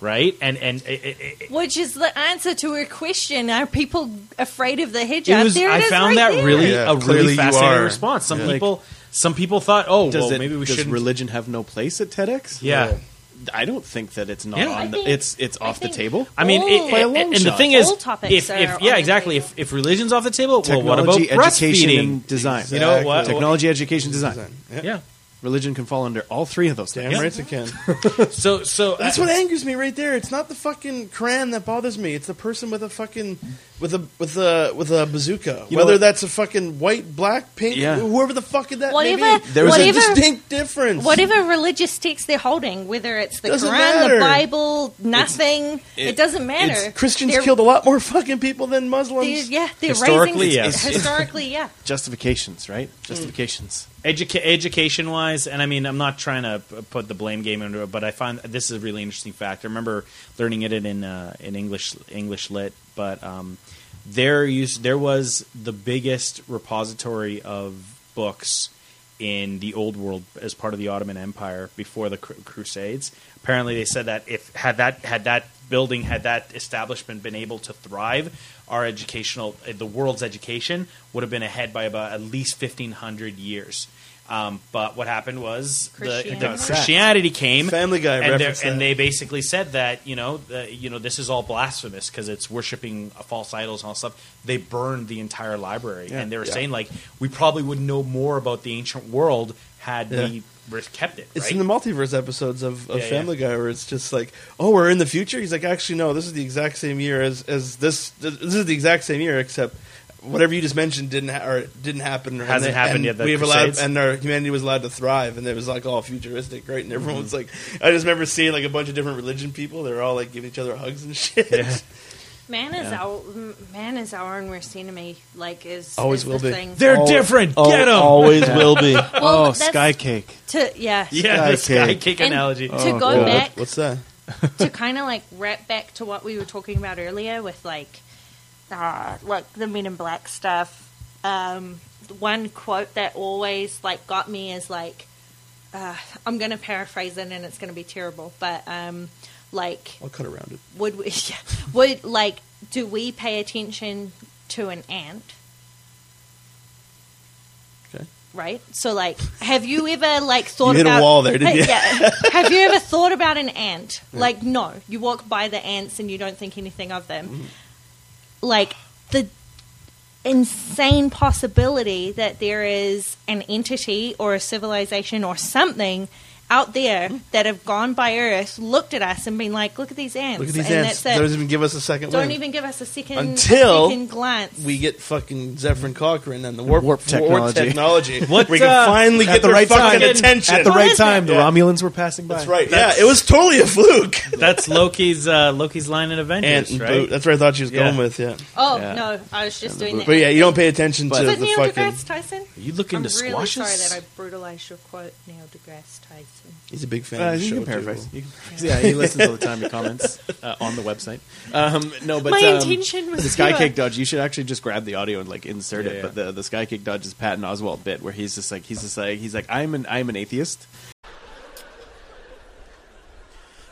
Right? And and it, it, it, which is the answer to her question are people afraid of the hijab it was, there it I is found right that there. really Yeah, a clearly really you fascinating are. response. Some Yeah. people. some people thought, oh, Does well, it, maybe we does should religion have no place at TEDx? Yeah. I don't think that it's not Yeah. I on. The, think- it's it's I off the think- table. I mean, All- it, By a long and the shot. thing is, All Oh, topics if, if are yeah, on the exactly. table. If if religion's off the table, well, Technology, what about education, breastfeeding? and design? You know what? Exactly. Technology, education, design. Design. Yeah. Religion can fall under all three of those Damn things. right it can. So so That's what angers me right there. It's not the fucking Quran that bothers me. It's the person with a fucking with a with a with a bazooka. You know Whether what- that's a fucking white, black, pink, Yeah. whoever the fuck that may Whatever- be. There was There's a whatever- distinct difference. whatever religious text they're holding, whether it's the Doesn't Quran, matter. the Bible, nothing, it, it- doesn't matter. It's- Christians They're- killed a lot more fucking people than they're- Muslims. yeah, they're Historically, raising, yes. Historically, yeah. Justifications, right? Justifications. educa- education wise, and I mean, I'm not trying to p- put the blame game into it, but I find this is a really interesting fact. I remember learning it in uh, in English English lit, but um, there used there was the biggest repository of books in the old world as part of the Ottoman Empire before the cru- Crusades. Apparently, they said that if had that had that building had that establishment been able to thrive, our educational uh, the world's education would have been ahead by about at least fifteen hundred years. Um, but what happened was the, the Christianity. Christianity came. Family Guy and, they're- referenced and that. they basically said that you know the, you know this is all blasphemous because it's worshiping uh, false idols and all stuff. They burned the entire library, Yeah. and they were Yeah. saying like we probably would know more about the ancient world had we ris- kept it. It's right? in the multiverse episodes of, of Yeah, yeah. Family Guy where it's just like, oh, we're in the future. He's like, actually, no, this is the exact same year as as this. This is the exact same year, except whatever you just mentioned didn't ha- or didn't happen or Hasn't and- happened and yet, the we have allowed Crusades? and our humanity was allowed to thrive, and it was like all futuristic, right? And Mm-hmm. everyone was like, I just remember seeing like a bunch of different religion people. They're all like giving each other hugs and shit. Yeah. Man is Yeah. our m- man is our own worst enemy. Like is Always is will the be. Thing. They're Oh, Al- different. al- Get 'em. Always will be. oh, that's- sky cake. to yeah. yeah, the Sky sky cake. cake And analogy. To Oh, go God. back What's that? to kind of like wrap back to what we were talking about earlier with like, uh, like the Men in Black stuff. Um, one quote that always like got me is like, uh, I'm gonna paraphrase it and it's gonna be terrible, but um, like I'll cut around it. would we yeah, would like do we pay attention to an ant Okay. right so like have you ever like thought You hit a about wall there, didn't you? yeah have you ever thought about an ant like no you walk by the ants and you don't think anything of them Mm-hmm. like the insane possibility that there is an entity or a civilization or something out there Mm-hmm. that have gone by Earth, looked at us, and been like, "Look at these ants!" Look at these and ants. That's Don't it. even give us a second. Don't wing. even give us a second Until a second glance. we get fucking Zephyrin Cochran and the warp, Warp technology. technology. What, we can uh, finally at get the their right fucking time. attention. At the What right is that? time, the Yeah. Romulans were passing by. That's right. yeah, it was totally a fluke. That's Loki's uh, Loki's line in Ant Avengers, and right? boot. That's where I thought she was Yeah. going with. Yeah. oh Yeah. no, I was just doing that. But yeah, you don't pay attention to Is it the Neil fucking. deGrasse Tyson? Are you looking I'm to really squash sorry us? that I brutalized your quote, Neil deGrasse Tyson. He's a big fan. Uh, of the you show can paraphrase. too. You can- yeah, he listens all the time. He comments uh, on the website. Um, no, but My um, intention was the sky to, uh, cake dodge. You should actually just grab the audio and like insert Yeah, it. yeah. But the the sky cake dodge is Patton Oswald bit where he's just like he's just like he's like I'm an I'm an atheist.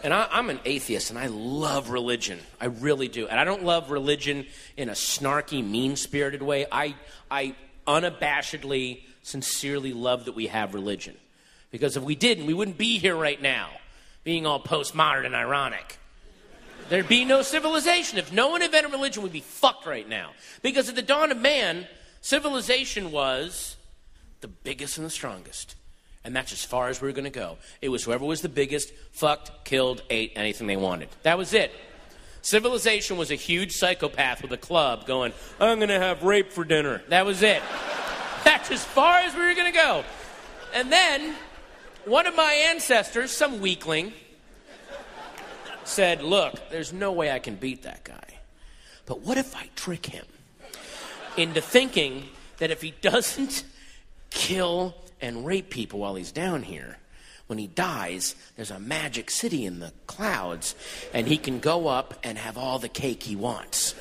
And I, I'm an atheist, and I love religion. I really do. And I don't love religion in a snarky, mean spirited way. I, I unabashedly, sincerely love that we have religion. Because if we didn't, we wouldn't be here right now, being all postmodern and ironic. There'd be no civilization. If no one invented religion, we'd be fucked right now. Because at the dawn of man, civilization was the biggest and the strongest. And that's as far as we were going to go. It was whoever was the biggest fucked, killed, ate anything they wanted. That was it. Civilization was a huge psychopath with a club going, I'm going to have rape for dinner. That was it. That's as far as we were going to go. And then one of my ancestors, some weakling, said, Look, there's no way I can beat that guy. But what if I trick him into thinking that if he doesn't kill and rape people while he's down here, when he dies, there's a magic city in the clouds, and he can go up and have all the cake he wants.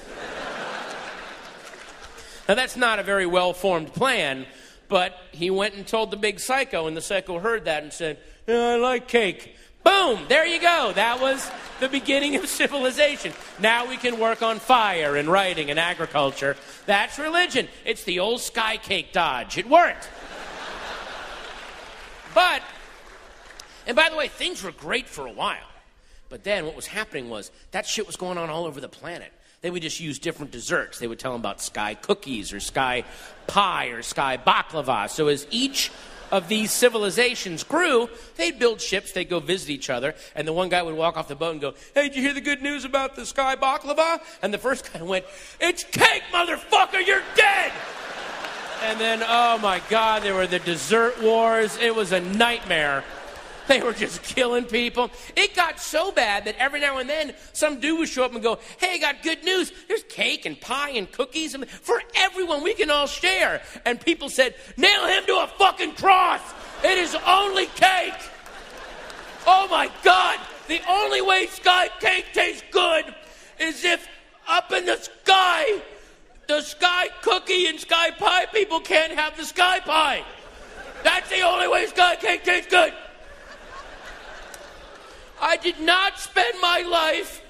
Now, that's not a very well formed plan, but he went and told the big psycho, and the psycho heard that and said, "Yeah, I like cake. Boom! There you go. That was the beginning of civilization. Now we can work on fire and writing and agriculture. That's religion. It's the old sky cake dodge. It worked. But, and by the way, things were great for a while. But then what was happening was that shit was going on all over the planet. They would just use different desserts. They would tell them about sky cookies or sky pie or sky baklava. So as each of these civilizations grew, they'd build ships, they'd go visit each other, and the one guy would walk off the boat and go, Hey, did you hear the good news about the sky baklava? And the first guy went, It's cake, motherfucker, you're dead! And then, oh my God, there were the dessert wars. It was a nightmare. They were just killing people. It got so bad that every now and then some dude would show up and go, Hey, I got good news. There's cake and pie and cookies and for everyone. We can all share. And people said, Nail him to a fucking cross. It is only cake. Oh my God! The only way sky cake tastes good is if up in the sky, the sky cookie and sky pie people can't have the sky pie. That's the only way sky cake tastes good. I did not spend my life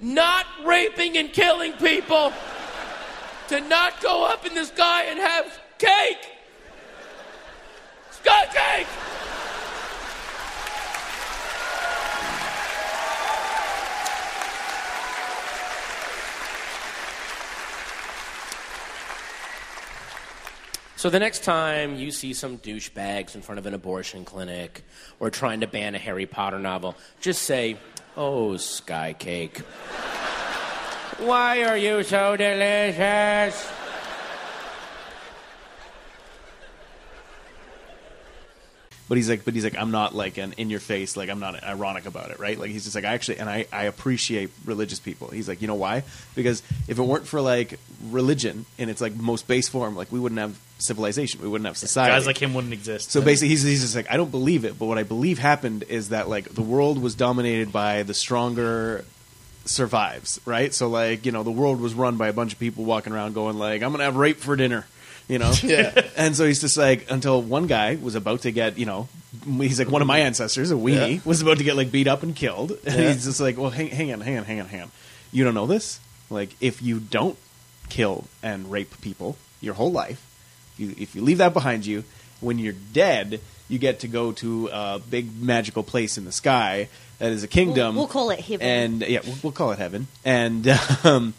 not raping and killing people to not go up in the sky and have cake. Sky cake! So the next time you see some douchebags in front of an abortion clinic or trying to ban a Harry Potter novel, just say, Oh, Skycake. Why are you so delicious? But he's like, but he's like, I'm not like an in your face, like I'm not ironic about it, right? Like he's just like, I actually, and I, I appreciate religious people. He's like, you know why? Because if it weren't for like religion in its like most base form, like we wouldn't have civilization, we wouldn't have society. Guys like him wouldn't exist. So basically, he's, he's just like, I don't believe it, but what I believe happened is that like the world was dominated by the stronger survives, right? So like you know, the world was run by a bunch of people walking around going like, I'm gonna have rape for dinner. You know, Yeah. And so he's just like, until one guy was about to get, you know, he's like one of my ancestors, a weenie, Yeah. was about to get like beat up and killed, and Yeah. he's just like, well, hang, hang on, hang on, hang on, hang on. You don't know this? Like, if you don't kill and rape people your whole life, you, if you leave that behind you, when you're dead, you get to go to a big magical place in the sky that is a kingdom. We'll- we'll call it heaven. And yeah, we'll, we'll call it heaven. And um,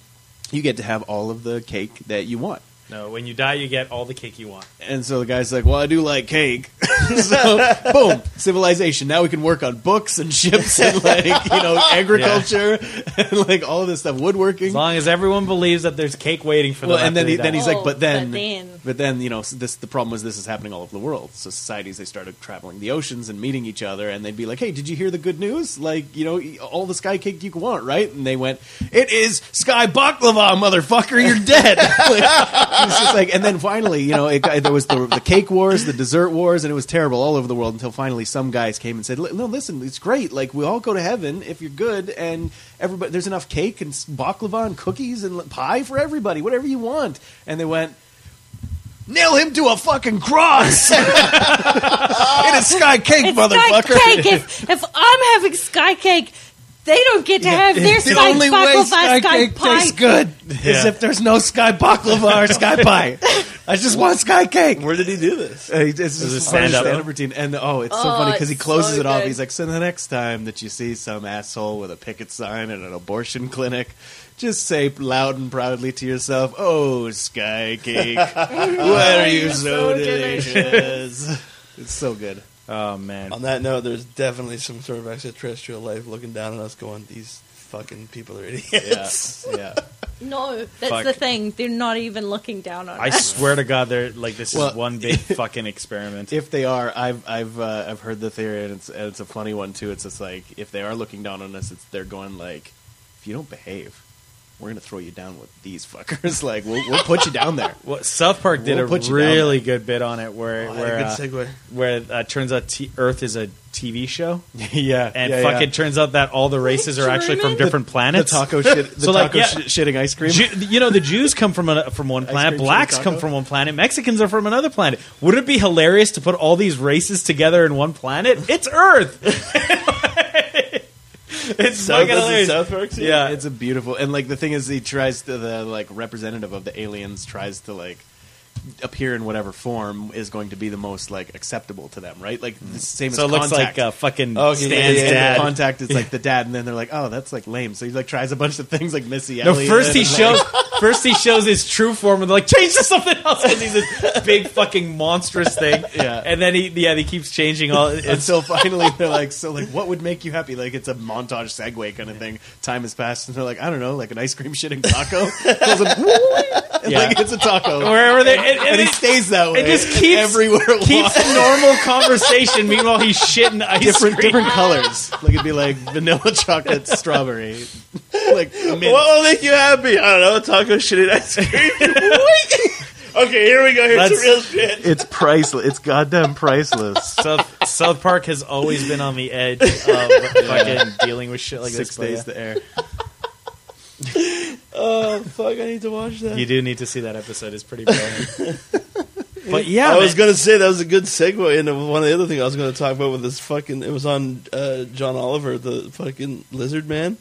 you get to have all of the cake that you want. No, when you die, you get all the cake you want. And so the guy's like, "Well, I do like cake." so, boom, civilization. Now we can work on books and ships and like you know agriculture and like all of this stuff, woodworking. As long as everyone believes that there's cake waiting for them. Well, and then after he, they then die. he's Oh, like, but then, but then- but then, you know, s- this the problem was this is happening all over the world. So societies they started traveling the oceans and meeting each other, and they'd be like, hey, did you hear the good news? Like, you know, e- all the sky cake you can want, right? And they went, it is sky baklava, motherfucker, you're dead. Like, it's just like, and then finally, you know, it, got- there was the, the cake wars, the dessert wars, and it was terrible all over the world until finally some guys came and said, "Li- no, listen, it's great. Like, we all go to heaven if you're good, and everybody there's enough cake and s- baklava and cookies and li- pie for everybody, whatever you want. And they went. Nail him to a fucking cross! it is sky cake, It's sky motherfucker. cake. If, if I'm having sky cake, they don't get to have the their sky only way baklava, sky, sky, cake pie. tastes good is Yeah. if there's no sky baklava or sky pie. I just want sky cake. Where did he do this? Uh, he- it's just a stand up? stand-up routine, and oh, it's so Oh, funny because he it's closes so it off. good. He's like, "So the next time that you see some asshole with a picket sign at an abortion clinic, just say loud and proudly to yourself, "Oh, sky cake, why are you so, delicious?" it's so good. oh man, On that note, there's definitely some sort of extraterrestrial life looking down on us, going, "These fucking people are Yeah, idiots." yeah. No, that's Fuck. the thing. They're not even looking down on I us. swear to God, they're like this Well, is one big fucking experiment. If they are, I've I've uh, I've heard the theory, and it's and it's a funny one too. It's just like if they are looking down on us, it's they're going like, if you don't behave, we're gonna throw you down with these fuckers. like we'll we'll put you down there. well, South Park did We'll a put you down really good bit on it, where Oh, I had where a uh, good segue. where uh, turns out t- Earth is a TV show, yeah, and fucking turns out that all the races are actually from Truman? different planets. the taco shit. The So, like, taco yeah. shi- shitting ice cream. Ju- you know, the Jews come from a, from one Ice planet, cream blacks chili come taco? from one planet, Mexicans are from another planet. Would it be hilarious to put all these races together in one planet? It's Earth. it's South, fucking that's in hilarious. South Park. scene? yeah, it's a beautiful and like the thing is he tries to the like representative of the aliens tries to like appear in whatever form is going to be the most like acceptable to them, right? Like the same So it as looks contact. Oh, like uh, fucking Okay, yeah, Stan's yeah, yeah. dad. Contact is like the dad, and then they're like, "Oh, that's like lame." So he like tries a bunch of things like Missy. No, Elliott first he and, like- shows first he shows his true form and they're like change to something else because he's this big fucking monstrous thing. Yeah. and then he yeah he keeps changing all. It's, until finally they're like, "So like, what would make you happy?" Like it's a montage segue kind of thing. Time has passed, and they're like, "I don't know, like an ice cream shitting taco." Goes like, and, Yeah. like it's a taco. wherever they and, and and he it- stays that way. it just keeps- everywhere. it keeps walks. a normal conversation. Meanwhile, he's shitting ice different cream. different colors. Like it'd be like vanilla, chocolate, strawberry. Like What mint. will make you happy? I don't know. Taco shit and ice cream. okay, here we go. Here's That's- the real shit. it's priceless. It's goddamn priceless. South, South Park has always been on the edge of fucking dealing with shit like Six this. but days yeah. to air. Oh fuck! I need to watch that. You do need to see that episode. It's pretty brilliant. but yeah, I was man. gonna say that was a good segue into one of the other things I was gonna talk about with this fucking. It was on uh, John Oliver, the fucking lizard man.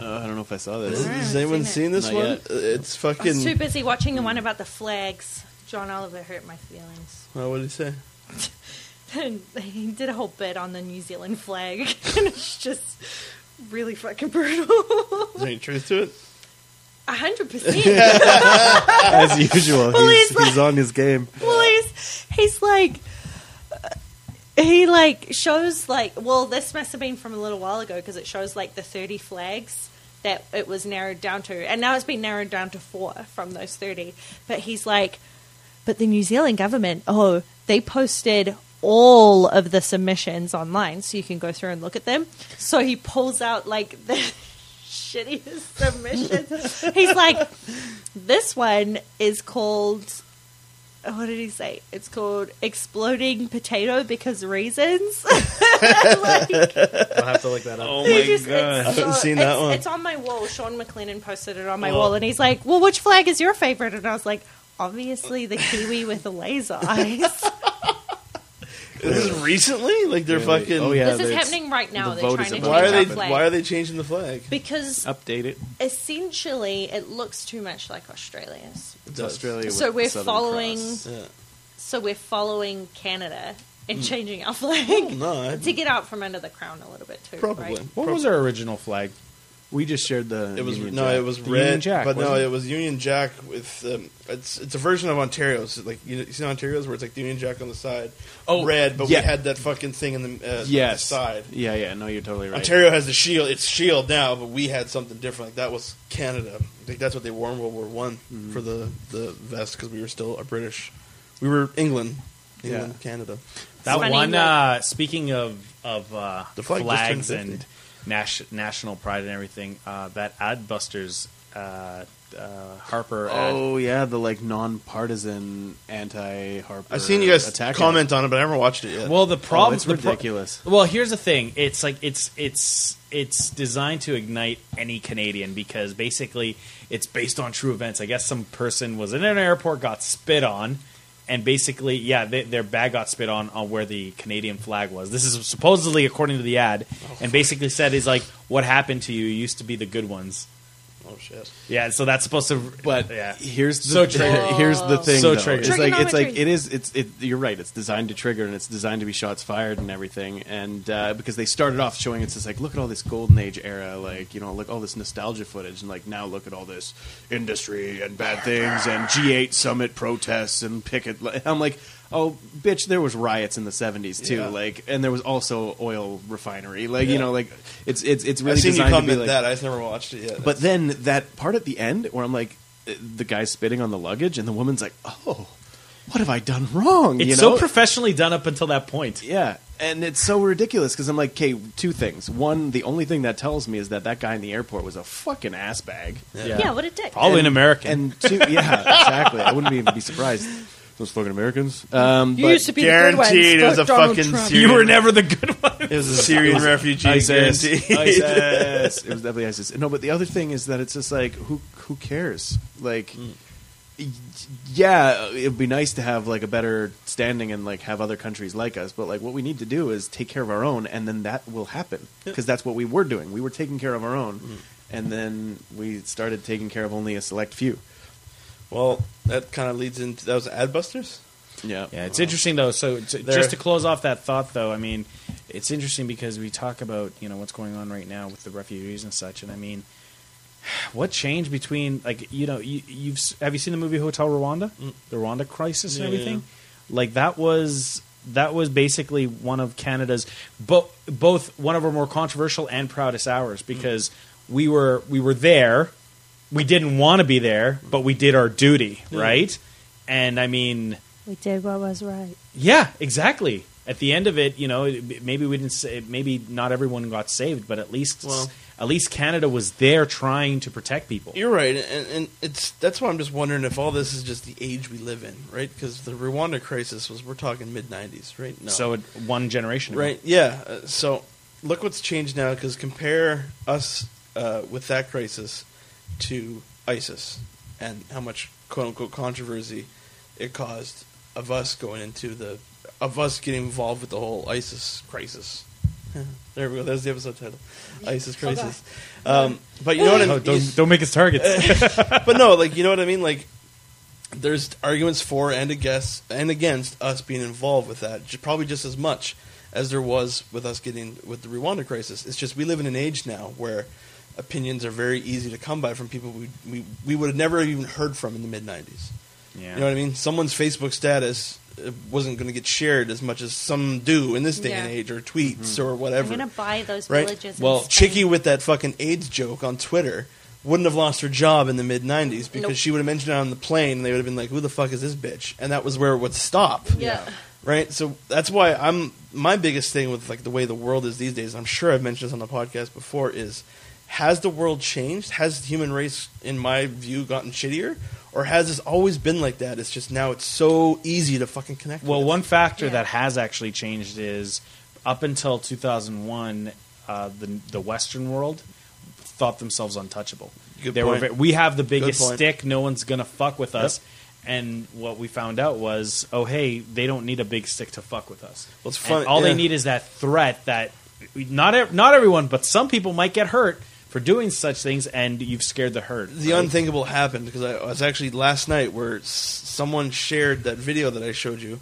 Uh, I don't know if I saw Has, this. I has haven't anyone seen seen, it. this Not one? yet. Uh, It's I was too fucking. busy watching the one about the flags. John Oliver hurt my feelings. Oh, what did he say? he did a whole bit on the New Zealand flag, and it's just really fucking brutal. Is there any truth to it? A hundred percent. As usual, Well, he's, he's like- he's on his game. Well, he's he's like. uh, He like shows like well this must have been from a little while ago because it shows like the thirty flags that it was narrowed down to and now it's been narrowed down to four from those thirty. But he's like, but the New Zealand government oh they posted all of the submissions online, so you can go through and look at them. So he pulls out like the shittiest submissions. He's like, this one is called. What did he say? It's called exploding potato because reasons. I'll have to look that up. Oh my I I haven't seen that one. It's on my wall. Sean McLennan posted it on my Oh. wall, and he's like, "Well, which flag is your favorite?" And I was like, "Obviously, the kiwi with the laser eyes." This is recently? Like they're Really? fucking. Oh, yeah. this is it's- happening right now. the They're vote trying is to change about Why are Change they? that flag Why are they changing the flag? because Update it. essentially it looks too much like Australia's. It's It's Australia. So with we're the Southern following- Cross. Yeah. So we're following Canada and changing our Well, flag no, I, to get out from under the crown a little bit too. Mm. probably. right? What was our original flag? We just shared the. It was Union no, Jack. it was The red, Union Jack, but no, wasn't it? it was Union Jack with um, it's it's a version of Ontario's, like you, know, you see Ontario's where it's like the Union Jack on the side, Oh, red, but yeah. we had that fucking thing in the, uh, yes. the side. Yeah, yeah. No, you're totally right. Ontario has the shield, it's shield now, but we had something different. Like that was Canada. Like that's what they wore in World War One Mm-hmm. for the the vest because we were still a British, we were England, England, Canada. That funny, one. like- Uh, speaking of of uh, The flag just turned flags and 50. nas- national pride and everything, uh, that Adbusters uh, uh, Harper ad, Oh yeah, the like non-partisan anti-Harper. I've seen you guys attack ad. comment on it, but I haven't watched it yet. Well, the problem Oh, it's the pro- ridiculous. well, here's the thing. It's like it's it's it's designed to ignite any Canadian because basically it's based on true events. I guess some person was in an airport, got spit on, and basically, yeah, they, their bag got spit on on where the Canadian flag was. This is supposedly according to the ad, and basically said is like what happened to you used to be the good ones. oh shit. Yeah, so that's supposed to. But yeah, here's the So thi- triggered. here's the thing. So though. triggered. It's like it's like Trigonometry. it is. It's it. You're right. It's designed to trigger and it's designed to be shots fired and everything. And uh, because they started off showing it's just like look at all this golden age era, like you know, look all this nostalgia footage, and like now look at all this industry and bad things and G8 summit protests and picket. li- I'm like. Oh, bitch! There was riots in the '70s too, Yeah. like, and there was also oil refinery, like, you Yeah. know, like, it's it's it's really I've seen you designed to be comment like, that. I've never watched it yet. but then that part at the end where I'm like, uh, the guy's spitting on the luggage, and the woman's like, "Oh, what have I done wrong?" it's you so know? professionally done up until that point. yeah, and it's so ridiculous because I'm like, "Okay, two things. One, the only thing that tells me is that that guy in the airport was a fucking ass bag." Yeah, what a dick. Probably an American. And two, yeah, exactly. I wouldn't even be surprised. Those fucking Americans. Um, You but used to be guaranteed it was a fucking you Syrian- were never the good one. It was a Syrian refugee ISIS. guarantee. ISIS. It was definitely ISIS. No, but the other thing is that it's just like who who cares? Like, y- yeah, it'd be nice to have like a better standing and like have other countries like us. But like, what we need to do is take care of our own, and then that will happen because that's what we were doing. We were taking care of our own, and then we started taking care of only a select few. Well, that kind of leads into that was Adbusters. Yeah, Yeah, it's interesting though. So t- There- just to close off that thought, though, I mean, it's interesting because we talk about you know what's going on right now with the refugees and such, and I mean, what changed between like you know you, you've s- have you seen the movie Hotel Rwanda, the Rwanda crisis and Mm. Yeah, everything? Like that was that was basically one of Canada's bo- both one of our more controversial and proudest hours Mm. because we were we were there. We didn't want to be there, but we did our duty, right? And I mean, We did what was right. yeah, exactly. At the end of it, you know, it- maybe we didn't. Say, maybe not everyone got saved, but at least Well- at least Canada was there trying to protect people. You're right, and, and it's that's why I'm just wondering if all this is just the age we live in, right? Because the Rwanda crisis was we're talking mid '90s, right? No. So it, one generation, ago. right, yeah. Uh, so look what's changed now. Because compare us uh, with that crisis to ISIS and how much "quote unquote" controversy it caused of us going into the of us getting involved with the whole ISIS crisis. there we go. That's the episode title, ISIS crisis. Um, but you know what I Oh, mean? don't, don't make us targets. but no, like you know what I mean. Like there's arguments for and against and against us being involved with that, ju- probably just as much as there was with us getting with the Rwanda crisis. It's just we live in an age now where opinions are very easy to come by from people we we, we would have never even heard from in the mid '90s. yeah. You know what I mean? Someone's Facebook status uh, wasn't going to get shared as much as some do in this day and Yeah. age, or tweets or I'm whatever. gonna buy those Right. villages. Well, in Spain. Chicky with that fucking AIDS joke on Twitter wouldn't have lost her job in the mid 90s because Nope. she would have mentioned it on the plane and they would have been like, who the fuck is this bitch? And that was where it would stop. Yeah. right? So that's why I'm my biggest thing with like the way the world is these days. I'm sure I've mentioned this on the podcast before. Is has the world changed? Has the human race, in my view, gotten shittier, or has this always been like that? It's just now it's so easy to fucking connect. Well, with. one factor that has actually changed is up until 2001, uh, the the Western world thought themselves untouchable. Good they point. were ve- we have the Good biggest point. stick. No one's gonna fuck with Yep. us. And what we found out was, oh hey, they don't need a big stick to fuck with us. Well, it's And funny- all yeah. they need is that threat that we- not ev- not everyone, but some people might get hurt for doing such things, and you've scared the herd. the right? unthinkable happened because I, I was actually last night where s- someone shared that video that I showed you,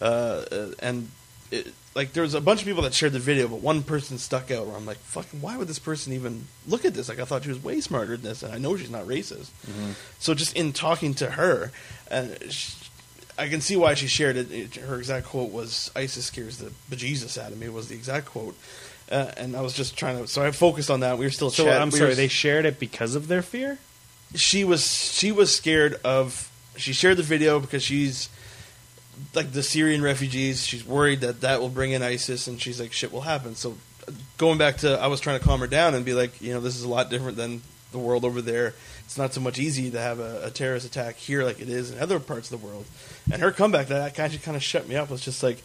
uh, uh, and it, like there was a bunch of people that shared the video, but one person stuck out. Where I'm like, fucking, why would this person even look at this? Like I thought she was way smarter than this, and I know she's not racist. Mm-hmm. So just in talking to her, and sh I can see why she shared it. it. Her exact quote was, "ISIS scares the bejesus out of me." Was the exact quote. Uh, and I was just trying to, so I focused on that. We were still. So chat- I'm we sorry, were- they shared it because of their fear. she was she was scared of she shared the video because she's like the Syrian refugees she's worried that that will bring in ISIS and she's like shit will happen so going back to I was trying to calm her down and be like you know this is a lot different than the world over there it's not so much easy to have a, a terrorist attack here like it is in other parts of the world and her comeback that actually kind of shut me up was just like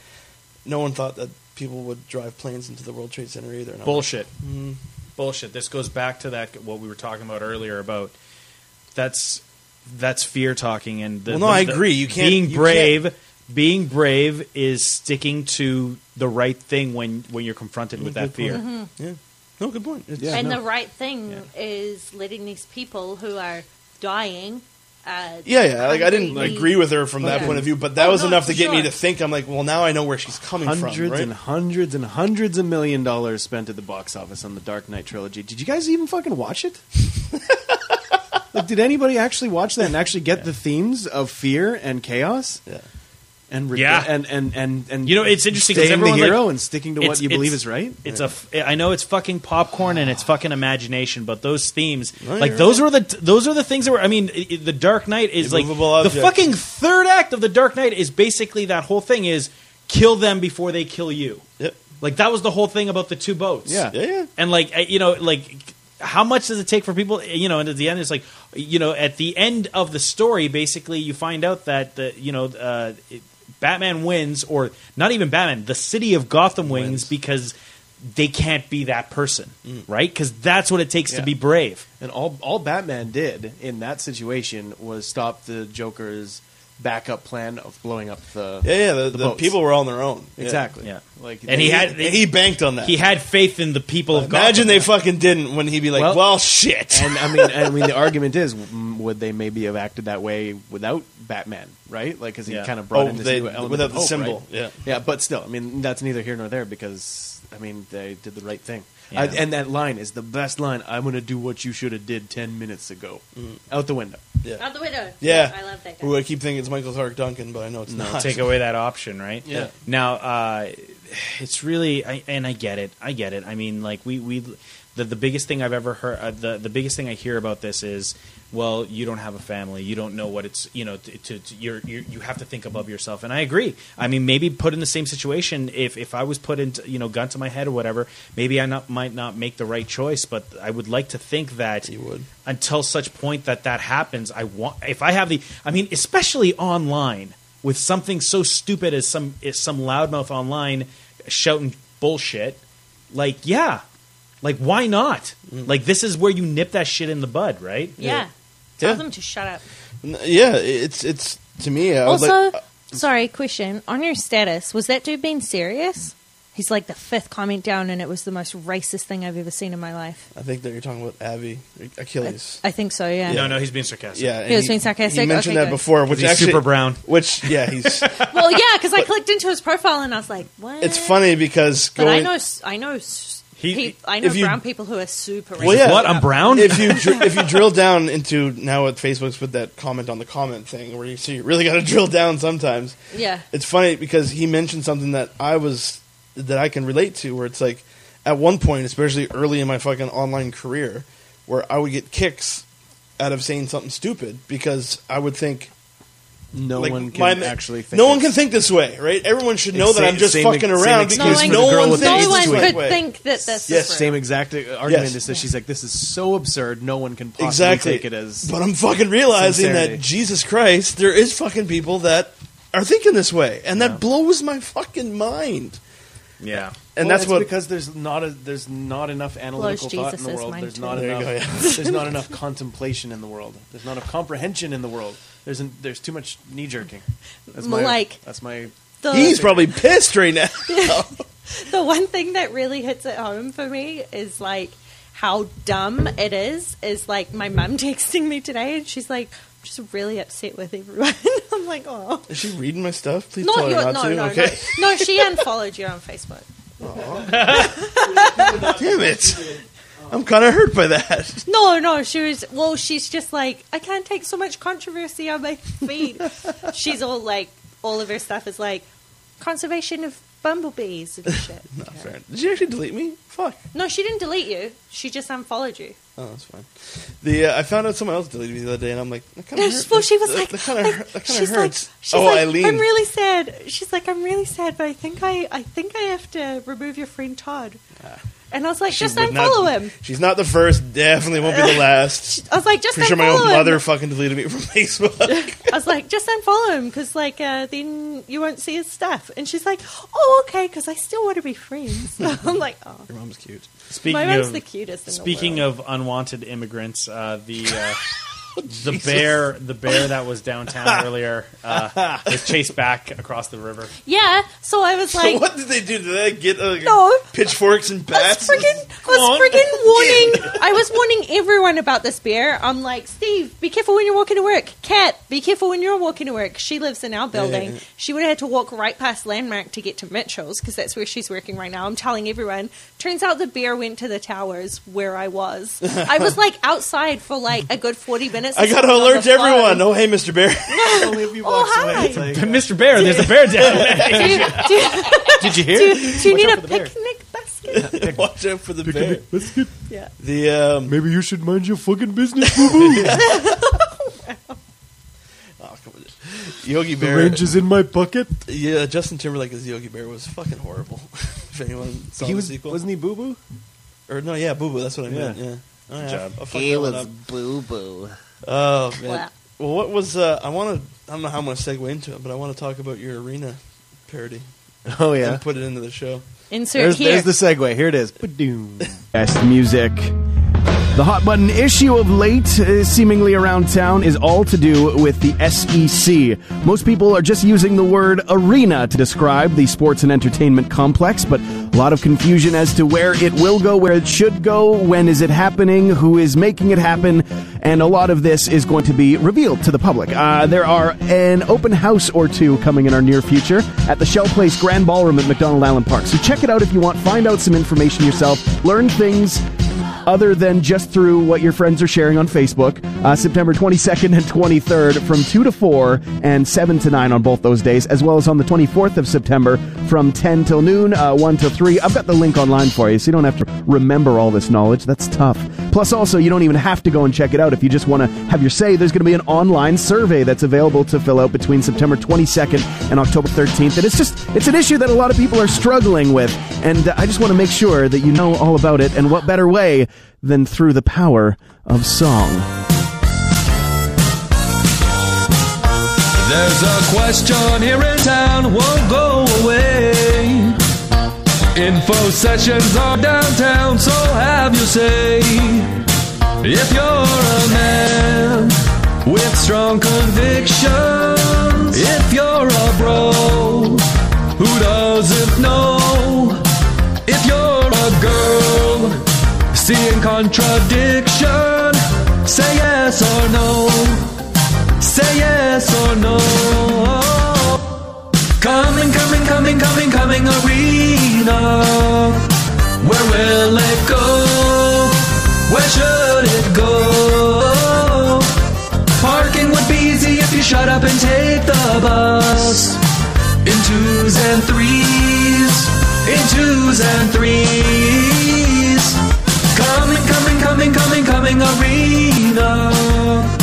no one thought that people would drive planes into the World Trade Center either and I'm like, Bullshit. mm, bullshit. This goes back to that what we were talking about earlier about that's that's fear talking and the, Well, no, the- I the- agree. You can't- being you brave. Being brave is sticking to the right thing when when you're confronted with that good fear. point. yeah no good point it's, and no. the right thing is letting these people who are dying. Uh, Yeah, yeah. Like I didn't hungry, agree with her from that Yeah. point of view, but that Oh, was no, enough to for get me sure. to think. I'm like, well, now I know where she's coming hundreds from, right? and hundreds and hundreds of million dollars spent at the box office on the Dark Knight trilogy. Did you guys even fucking watch it? like, did anybody actually watch that and actually get the themes of fear and chaos? Yeah. And re- Yeah. and and and and You know, it's interesting 'cause staying the everyone, like, hero and sticking to what It's- you believe it's- is right. It's a f- I know it's fucking popcorn and it's fucking imagination, but those themes, No, like you're those were the those are the things that were. I mean, i i- the Dark Knight is like Immovable the object. fucking third act of the Dark Knight is basically that whole thing is kill them before they kill you. Yep. Like that was the whole thing about the two boats. Yeah. Yeah, yeah. And like I- you know, like how much does it take for people? You know, and at the end, it's like you know, at the end of the story, basically, you find out that the you know, uh, it- Batman wins, or not even Batman, the city of Gotham wins, because they can't be that person, right? Because that's what it takes to Yeah. be brave. And all all Batman did in that situation was stop the Joker's backup plan of blowing up the Yeah, yeah. The, the boats. people were on their own. Yeah. exactly Yeah. like And he He, had- he banked on that. He had faith in the people of Imagine Gotham. they fucking didn't when he'd be like, well, Well- shit. and I mean, I mean, the argument is, mm, would they maybe have acted that way without Batman, right? Like, because he Yeah. kind of brought Oh, in this they- new element without of the hope, symbol, right? yeah. yeah. But still, I mean, that's neither here nor there because I mean, they did the right thing. Yeah. I, and that line is the best line. I'm going to do what you should have did ten minutes ago. Mm. Out the window. yeah. Out the window. Yeah. I love that guy. Who I keep thinking it's Michael Clark Duncan, but I know it's No, not. take away that option, right? Yeah. Now, uh, it's really, I, and I get it. I get it. I mean, like we we the the biggest thing I've ever heard, uh, the the biggest thing I hear about this is, well, you don't have a family, you don't know what it's, you know, to, to, to you're, you're you have to think above yourself, and I agree. I mean, maybe put in the same situation, if if I was put into, you know, gun to my head or whatever, maybe I not might not make the right choice, but I would like to think that You would. until such point that that happens i want if i have the i mean especially online with something so stupid as some as some loudmouth online shouting bullshit like yeah like why not like this is where you nip that shit in the bud right Yeah. yeah. Tell them to shut up. N- Yeah, it's, it's, to me, I was Also, like, uh, sorry, question. On your status, was that dude being serious? He's like the fifth comment down, and it was the most racist thing I've ever seen in my life. I think that you're talking about Abby, Achilles. I think so, yeah. no no he's being sarcastic yeah, and He was being sarcastic? He mentioned Okay, that good. before, which he's actually super brown. Which yeah, he's. Well, yeah, because I clicked into his profile and I was like, what? it's funny because But going. I know, s- I know, s- He- peop- I know if you- brown people who are super racist. Well, yeah. what i'm brown if you dr- if you drill down into now what Facebook's with that comment on the comment thing where you see you really got to drill down sometimes. Yeah. It's funny because he mentioned something that I was that I can relate to where it's like at one point especially early in my fucking online career where I would get kicks out of saying something stupid because I would think No one can my ma- actually think no one it's- can think this way, right? Everyone should know that Same- I'm just same- fucking same around excuse because for the no girl one with the thinks No this one way. could think that this Yes. is Same exact uh, argument Yes. is that she's like, this is so absurd, no one can possibly exactly. take it as. but I'm fucking realizing sincerity. that Jesus Christ, there is fucking people that are thinking this way, and that blows my fucking mind. Yeah. And Well, that's it's what because there's not a, there's not enough analytical thought in the Jesus's world. mind There's too. not There you enough. go, yeah. there's not enough contemplation in the world. There's not enough comprehension in the world. There's an, there's too much knee jerking. That's my Like- that's my the, he's probably pissed right now. the one thing that really hits it home for me is like how dumb it is is like my mum texting me today and she's like I'm just really upset with everyone. I'm like, oh, is she reading my stuff? Please not tell her your, not no, to. no, okay. no, no. She unfollowed you on Facebook. Damn it. I'm kind of hurt by that. No, no, she was. Well, she's just like, I can't take so much controversy on my feet. she's all like, all of her stuff is like conservation of bumblebees and shit. No, fair. Did you actually delete me? Fuck. no, she didn't delete you. She just unfollowed you. Oh, that's fine. The uh, I found out someone else deleted me the other day, and I'm like, that kind No, of she- well, she was like, that kind of like, hurt, that kind of she's like, hurts. she's oh, like, Eileen, I'm really sad. She's like, I'm really sad, but I think I, I think I have to remove your friend Todd. and I was like, Ah. She just would not- unfollow him. She's not the first. Definitely won't be the last. I was like, oh, just Pretty unfollow sure my own him. mother fucking deleted me from Facebook. I was like, just unfollow him because like uh, then you won't see his stuff. And she's like, oh okay, because I still want to be friends. I'm like, oh, Your mom's cute. Speaking my mom's of the cutest. In speaking the world. of unwanted immigrants, uh, the uh, the bear the bear that was downtown earlier uh, was chased back across the river. yeah, so I was like, so what did they do? Did they get uh, No. pitchforks and I was bats? freaking, I was freaking warning. I was warning everyone about this bear. I'm like, Steve, be careful when you're walking to work. Kat, be careful when you're walking to work. She lives in our building. She would have had to walk right past Landmark to get to Mitchell's because that's where she's working right now. I'm telling everyone. Turns out the bear went to the towers where I was. I was like outside for like a good 40 minutes. I gotta on the alert phone. everyone. Oh, hey, Mr. Bear. only if you Oh, walks away, hi. it's like, Mr. Bear, there's a bear down. Do you, do you, Did you do hear? you, do you need out a for the bear. picnic basket? Watch out for the bear. Yeah. The um, Maybe you should mind your fucking business. oh, come on. Yogi Bear. is in my bucket. Yeah, Justin Timberlake as Yogi Bear was fucking horrible. if anyone saw He the was sequel, wasn't he boo boo? or no, yeah, Boo Boo. That's what I meant. Yeah, Oh, yeah, I- job. I fucked He that one was up. boo boo. Oh man. Wow. Well, what was uh, I want to? I don't know how I'm going to segue into it, but I want to talk about your arena parody Oh and put it into the show. Insert There's, here. there's the segue. Here it is. Best music. The hot button issue of late, uh, seemingly around town, is all to do with the SEC. Most people are just using the word arena to describe the sports and entertainment complex, but a lot of confusion as to where it will go, where it should go, when is it happening, who is making it happen, and a lot of this is going to be revealed to the public. Uh, there are an open house or two coming in our near future at the Shell Place Grand Ballroom at McDonald Allen Park. So check it out if you want, find out some information yourself, learn things other than just through what your friends are sharing on Facebook. Uh, September 22nd and 23rd from 2 to 4 and 7 to 9 on both those days, as well as on the 24th of September from 10 till noon, uh, 1 till 3. I've got the link online for you, so you don't have to remember all this knowledge. That's tough. Plus, also, you don't even have to go and check it out if you just want to have your say. There's going to be an online survey that's available to fill out between September 22nd and October 13th. And it's just, it's an issue that a lot of people are struggling with. And uh, I just want to make sure that you know all about it. And what better way than through the power of song? There's a question here in town, won't go away. Info sessions are downtown, so have your say. If you're a man with strong convictions, if you're a bro who doesn't know, if you're a girl seeing contradiction, say yes or no. Say yes or no. Coming, coming, coming, coming, coming arena. Where will it go? Where should it go? Parking would be easy if you shut up and take the bus. In twos and threes. In twos and threes. Coming, coming, coming, coming, coming arena.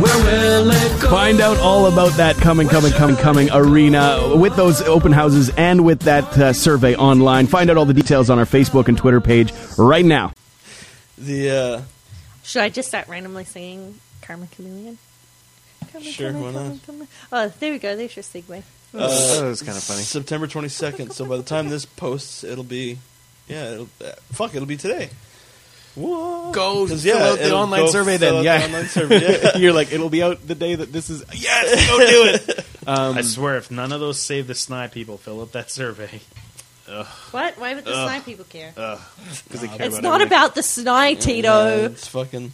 Where will it go? Find out all about that coming, coming, coming, coming arena with those open houses and with that uh, survey online. Find out all the details on our Facebook and Twitter page right now. The uh, Should I just start randomly singing Carmen Chameleon? Carmen, Sure, why not? Carmen. Oh, there we go. There's your segue. uh, that was kinda funny. September 22nd. So by the time this posts, it'll be yeah, it'll, uh, fuck, it'll be today. What? Go 'Cause, fill yeah, out the it'll online go survey fill then. out Yeah. the online survey, yeah. You're like, it'll be out the day that this is. Yes, go do it. Um, I swear, if none of those save the sni people fill up that survey. What? Why would the Ugh. Sni people care? because they care it's about not everything. about the Sni, Yeah, Tito. it's fucking.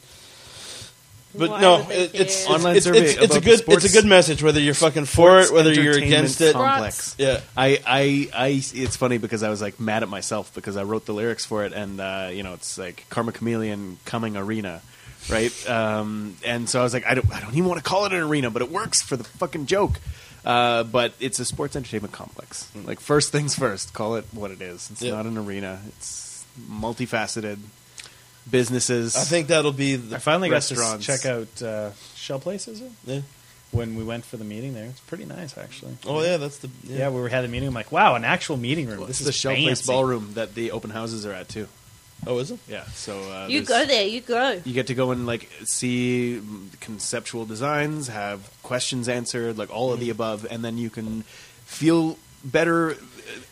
But Why no, would they it, it's care? Online it's, survey it's, it's a about good sports- it's a good message whether you're fucking for it whether you're Entertainment against it. Complex. Yeah, I, I, I, it's funny because I was like mad at myself because I wrote the lyrics for it, and uh, you know, it's like Karma Chameleon coming arena, right? Um, and so I was like, I don't, I don't even want to call it an arena, but it works for the fucking joke. Uh, but it's a sports entertainment complex. Like first things first, call it what it is. It's Yeah. not an arena. It's multifaceted businesses. I think that'll be the I finally got to Restaurants. check out uh, Shell Place, is it? Yeah. When we went for the meeting there, it's pretty nice actually. Oh yeah, that's the Yeah, where we had the meeting, I'm like, wow, an actual meeting room. this this is is the Shell fancy. Place Ballroom that the open houses are at too. Oh, is it? Yeah, so uh, you there's- go there. You go. you get to go and like see conceptual designs, have questions answered, like all of Mm. the above, and then you can feel better uh,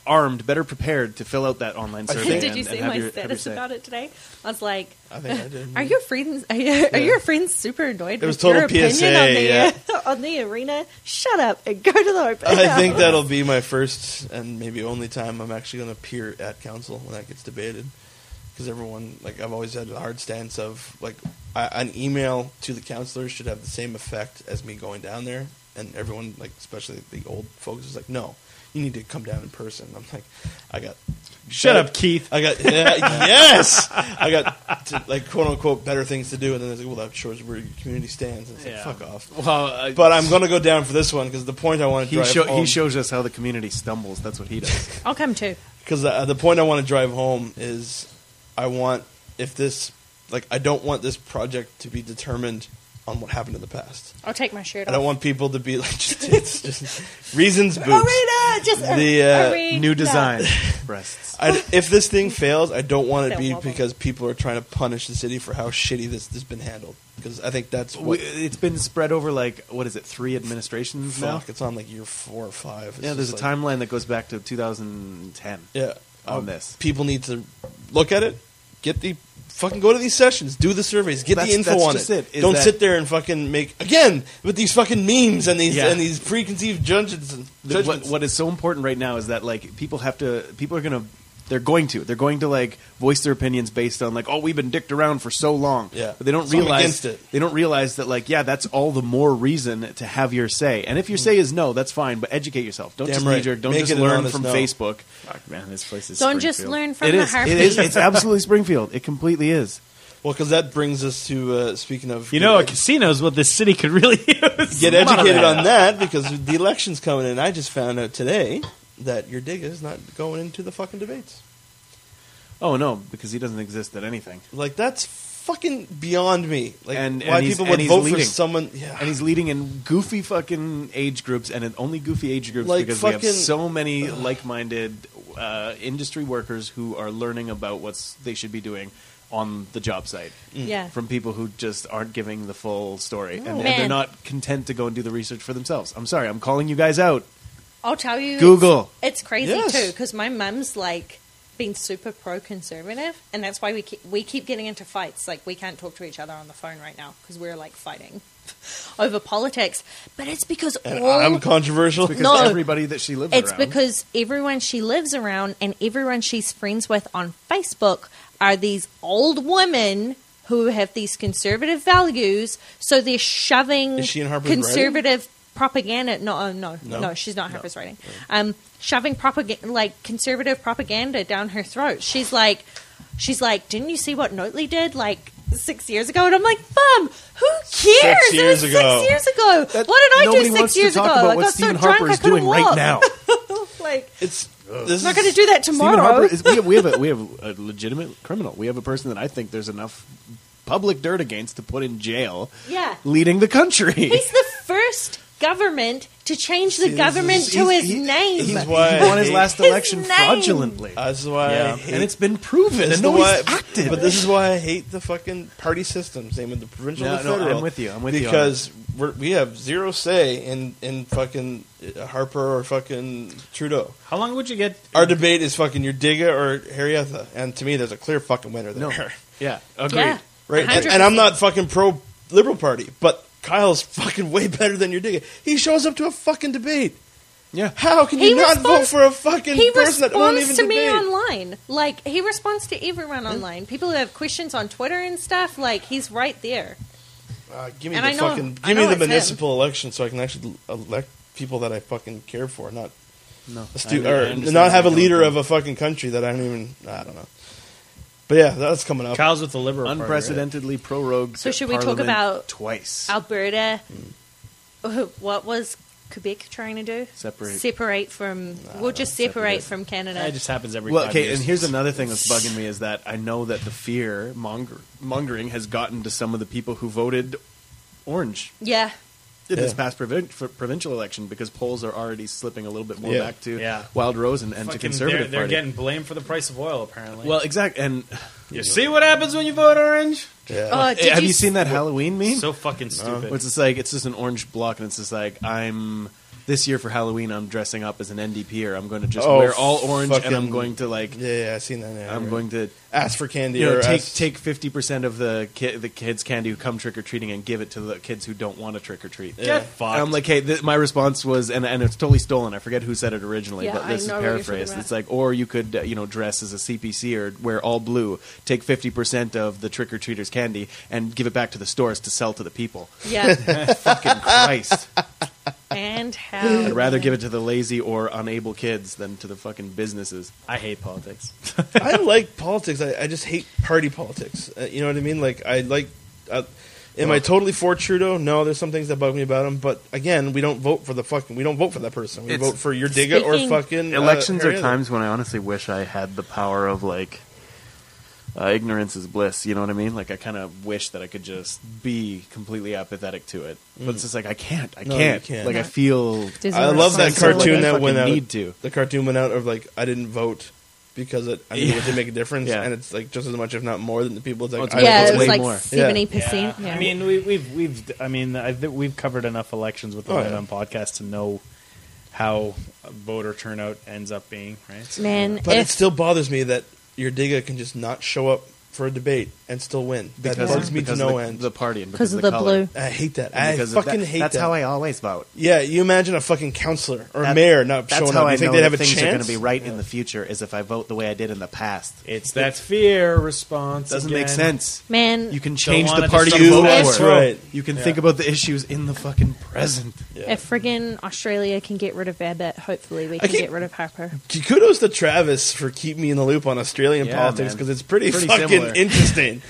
armed, better prepared to fill out that online survey. and, Did you and see have my your, have your status say. about it today? I was like, I think I did. "Are your friends? Are, you, are your friends super annoyed Mm. It was with your total opinion PSA, on the yeah. on the arena? Shut up and go to the open." I house." think that'll be my first and maybe only time I'm actually going to appear at council when that gets debated. Because everyone, like, I've always had a hard stance of, like, I, an email to the counselors should have the same effect as me going down there. And everyone, like, especially the old folks, is like, no, you need to come down in person. I'm like, I got. Shut up, Keith. I got. Yeah, yes! I got, to, like, quote unquote, better things to do. And then it's like, well, that shows where your community stands. And it's Yeah. like, fuck off. Well, uh, But I'm going to go down for this one because the point I want to he, drive show, home. he shows us how the community stumbles. That's what he does. I'll come too. because uh, the point I want to drive home is I want if this like I don't want this project to be determined on what happened in the past. I'll take my shirt I off. don't want people to be like just, it's just reasons boobs. Arena, just The, uh, arena. New design breasts. I, if this thing fails, I don't want it to They'll be wobble. because people are trying to punish the city for how shitty this has been handled. Because I think that's We, what it's been spread over like what is it? Three administrations now. fuck. It's on like year four or five. It's Yeah, there's a just like- timeline that goes back to 2010. Yeah, on Uh, this. people need to look at it. Get the fucking go to these sessions, do the surveys, get That's- the info that's on just it. it, is Don't that- sit there and fucking make again with these fucking memes and these Yeah. and these preconceived judgments. And the- judgments. what, what is so important right now is that like people have to people are gonna they're going to they're going to like voice their opinions based on like oh we've been dicked around for so long Yeah. but they don't So I'm realize against it. they don't realize that like yeah that's all the more reason to have your say and if your say is no that's fine but educate yourself don't Hmm. Damn just right. knee jerk don't Make it just an learn honest from no. Facebook Fuck, man, this place is. Don't just Springfield. learn from it the is it is harpies. it's absolutely Springfield it completely is well, because that brings us to uh, speaking of You know, a casino's what this city could really use. get educated on that because the election's coming in. I just found out today that your dig is not going into the fucking debates. oh no because he doesn't exist at anything Like that's fucking beyond me. Like And- why and he's- people and would he's vote for leading. someone? Yeah, and he's leading in goofy fucking age groups and in only goofy age groups Like because we fucking- have so many like-minded uh, industry workers who are learning about what they should be doing on the job site Mm. Yeah. from people who just aren't giving the full story and, and they're Man. not content to go and do the research for themselves i'm sorry i'm calling you guys out I'll tell you, Google. It's, it's crazy too, Yes. 'cause too because my mum's like been super pro conservative, and that's why we keep we keep getting into fights. Like we can't talk to each other on the phone right now because we're like fighting over politics. But it's because And all I'm controversial. because No. everybody that she lives it's around because everyone she lives around and everyone she's friends with on Facebook are these old women who have these conservative values. So they're shoving Is she in Harper's conservative propaganda. No, oh, no, No? no, she's not Harper's writing. Um, shoving propaganda, like conservative propaganda, down her throat. She's like, she's like, didn't you see what Notley did? Like. Six years ago, and I'm like, Mum, who cares? It years was ago. Six years ago. That- what did I nobody do wants six to years talk ago? about I what got Stephen so drunk Harper I is doing couldn't right walk. now. like, It's this I'm not is- going to do that Stephen Harper tomorrow. is, we, have, we, have a, we have a legitimate criminal. We have a person that I think there's enough public dirt against to put in jail. Yeah. leading the country. He's the forced government to change the See, this government is- to he's- his he- name. he's why I won his hate- last His election name. fraudulently. That's uh, why, I Yeah. hate, and it's been proven. This And is nobody's why- acted. But this is why I hate the fucking party system, same with the provincial No, and no, I'm federal. with you, I'm with you on because we're, we have zero say in in fucking uh, Harper or fucking Trudeau. How long would you get? Our debate is fucking Urdiga or Harrietha, and to me, there's a clear fucking winner there. yeah, agreed. yeah, right? And, and I'm not fucking pro Liberal Party, but Kyle's fucking way better than Urdiga. He shows up to a fucking debate. Yeah. How can He you not responds- vote for a fucking he person that won't even responds to me debate? online. Like he responds to everyone online. People who have questions on Twitter and stuff. Like he's right there. Uh, give me And the I know- fucking I give know me the it's him. municipal election so I can actually elect people that I fucking care for, not No, a stu- I- I or understand not have a where you're leader coming of a fucking country that I don't even I don't know. But yeah, that's coming up. Kyle's with the Liberal from. Party, right? unprecedentedly prorogued. So should we talk parliament about- twice? Alberta. What was Quebec trying to do? Separate. Separate from. we'll just separate from Canada. It just happens every. Well, five okay, years. and here's another thing that's bugging me is that I know that the fear monger- mongering has gotten to some of the people who voted orange yeah. in this Yeah. past provin- for provincial election because polls are already slipping a little bit more Yeah. back to Yeah. Wild Rose and, and to Fucking Conservative They're, they're Party. getting blamed for the price of oil, apparently. well, exactly, and you see what happens when you vote orange? Yeah. Oh, did have you you seen s- that Halloween meme? So fucking stupid. Where it's just like it's just an orange block, and it's just like I'm this year for Halloween. I'm dressing up as an NDPer. I'm going to just Oh, wear all orange, and I'm fucking- going to like yeah, E yeah, I seen that. Yeah, I'm right. going to ask for candy you or know take ask- take fifty percent of the ki- the kids candy who come trick or treating and give it to the kids who don't want to trick or treat. Yeah. Get And fucked. I'm like, hey, th- my response was, and, and it's totally stolen. I forget who said it originally, Yeah, but I this is know what you're talking paraphrased. about. It's like, or you could, uh, you know, dress as a CPC or wear all blue, take 50% of the trick or treaters' candy, and give it back to the stores to sell to the people. Yeah. Fucking Christ. and how? I'd rather give it to the lazy or unable kids than to the fucking businesses. I hate politics. I like politics. I, I just hate party politics. Uh, you know what I mean? Like I like. Uh, am I totally for Trudeau? No, there's some things that bug me about him. But again, we don't vote for the fucking. We don't vote for that person. We It's- vote for your digga or Speaking- fucking uh, elections are Harriet. times when I honestly wish I had the power of like uh, ignorance is bliss. You know what I mean? Like I kind of wish that I could just be completely apathetic to it, but it's just like I can't. I Mm. No, you can't. can't. Like I feel. I love that So, like, cartoon I that went out. fucking need to. The cartoon went out of like I didn't vote because it, I knew it didn't make a difference, Yeah. and it's like just as much, if not more, than the people. It's Oh, like it's I yeah, it's voted. it way was like more. seventy percent. I mean, we, we've we've I mean, I think we've covered enough elections with the Oh, Light yeah. on podcast to know how voter turnout ends up being, right? So- man, But it if still bothers me that your digga can just not show up for a debate and still win. That because bugs me to because no of the, end. The party and because because of the color. blue. I hate that. And I because of fucking that, hate That's that. how I always vote. Yeah, you imagine a fucking counselor or a That- mayor not that's showing how up. You I think know they'd that have a things chance? are going to be right in the future is if I vote the way I did in the past. It's that fear response. Doesn't again. make sense. Man, You can change want the it to party suck you you. vote That's for. right. You can Yeah. think about the issues in the fucking present. if friggin' Australia can get rid of Abbott, hopefully we I can keep- get rid of Harper. Kudos to Travis for keeping me in the loop on Australian Yeah, politics man. because it's pretty, Pretty fucking similar. interesting.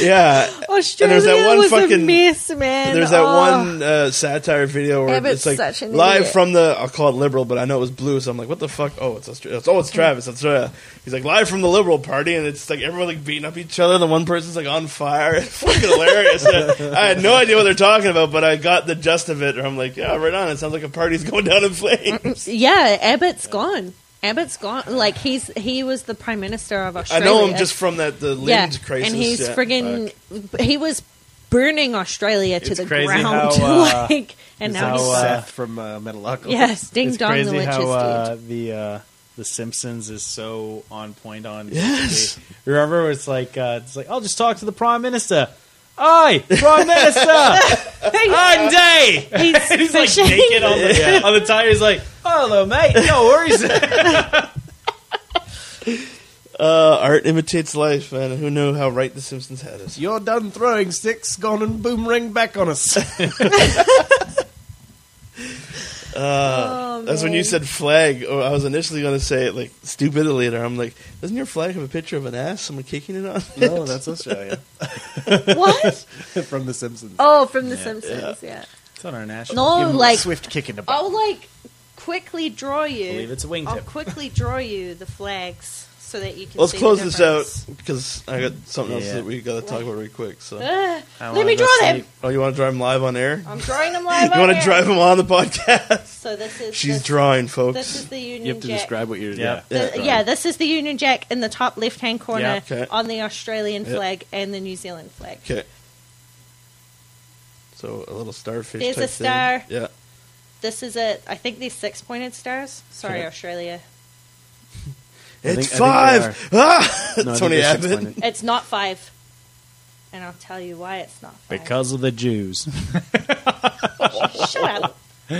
yeah, Australia one was a fucking- mess, man. There's that Oh. one uh, satire video where Abbott's it's like such an live idiot. from the I'll call it liberal, but I know it was blue, so I'm like, what the fuck? Oh, it's Australia. Oh, it's Travis. That's uh, he's like live from the liberal party, and it's like everyone like beating up each other. and The one person's like on fire. It's fucking hilarious. I had no idea what they're talking about, but I got the gist of it. Or I'm like, yeah, right on. It sounds like a party's going down in Oh. flames. Yeah, Abbott's gone. Abbott's gone. Like he's he was the prime minister of I Australia. know him just from that the yeah, Lind crisis, and he's yeah. friggin' he was burning Australia to It's the crazy ground. how, uh, like, and now how, he's uh, Seth from uh, Metalocalypse. yes, ding it's dong, the crazy witch how is uh, dead. the uh, the Simpsons is so on point on. Yes. remember it's like uh, it's like I'll just talk to the prime minister. I prime minister on day. He's, He's like fishing. naked on the on the tire. He's like, hello mate, no worries. Uh, art imitates life, man. Who knew how right The Simpsons had us? You're done throwing sticks, gone and boomerang back on us. Oh, Uh, that's when you said flag. Or I was initially going to say it like stupidly, and I'm like, doesn't your flag have a picture of an ass, someone kicking it on? it? no, that's Australia. what? from The Simpsons. Oh, from The Simpsons. Yeah. it's on our national. No, like oh, Swift kick in the butt. I'll like quickly draw you. I believe it's a I'll wingtip. quickly draw you the flags so that you can. Let's see close the this out difference. because I got something else Yeah. that we got to talk about really quick. So Ugh, I let wanna me go draw them. sleep. Oh, you want to drive them live on air? Ah, I'm drawing them live. you want to drive them on the podcast? So this is She's this- drawing, folks. This is the Union Jack. what you're. Yeah. The- yeah, this is the Union Jack in the top left-hand corner Yeah, okay. on the Australian Yeah. flag and the New Zealand flag. Okay. So a little starfish. There's a type thing. star. Yeah. This is it. I think these six-pointed stars. Sorry, Okay. Australia. I It's think- I think they five. are. Ah! No, I think Tony they're six Abbott. pointed. It's not five, and I'll tell you why it's not. Because of the Jews. Shut up.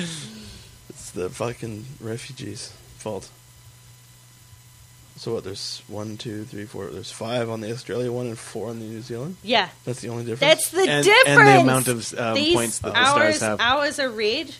It's the fucking refugees' fault. So what? There's one, two, three, four. There's five on the Australia one and four on the New Zealand. Yeah. that's the only difference. That's the And- difference. and the amount of, um, These points that the ours, stars have. Ours are red,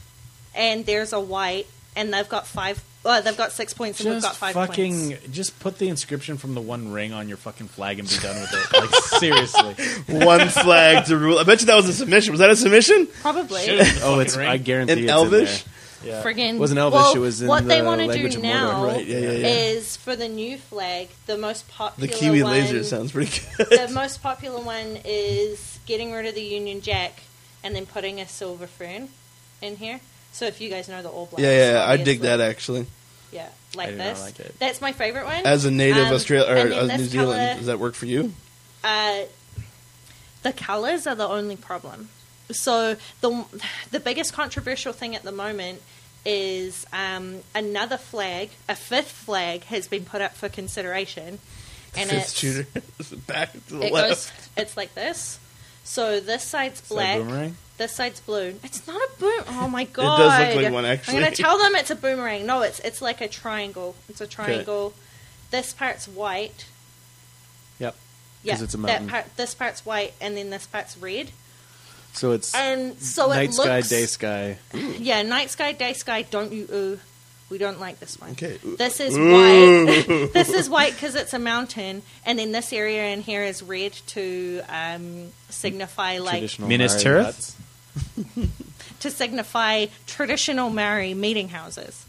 and there's a white, and they've got five. Well, they've got six points, and we've got Just five fucking, points. just put the inscription from the One Ring on your fucking flag and be done with it. Like seriously, one flag to rule. I bet you that was a submission. Was that a submission? Probably. Oh, it's. I guarantee In it's Elvish? In there. Friggin' It wasn't Elvish. well, it was in what the they wanna language do of Mordor. now Right, yeah, yeah, yeah. is for the new flag the most The popular Kiwi one, laser sounds pretty good. the most popular one is getting rid of the Union Jack and then putting a silver fern in here. So if you guys know the All Blacks, Yeah, yeah, I dig obviously. that actually. Yeah, like I do not this. like it. That's my favorite one. As a native Um, and Australia then or uh, this New Zealand, colour- does that work for you? uh, the colors are the only problem. So the the biggest controversial thing at the moment is um, another flag, a fifth flag, has been put up for consideration, and Fifth it's, shooter, back to the it goes left. it's like this. So this side's that black. boomerang? This side's blue. It's not a boom. Oh my does god! look like one, I'm actually. gonna tell them it's a boomerang. No, it's it's like a triangle. It's a triangle. This part's white. Yep. Yeah, it's a that mountain. part, this part's white, and then this part's red. So it's And so night it looks. sky, day sky. Yeah, night sky, day sky. Don't you ooh. We don't like this one. Okay. This is Ooh. white. this is white because it's a mountain, and then this area in here is red to um, signify like traditional Minas Maori Tirith? nuts. to signify traditional Maori meeting houses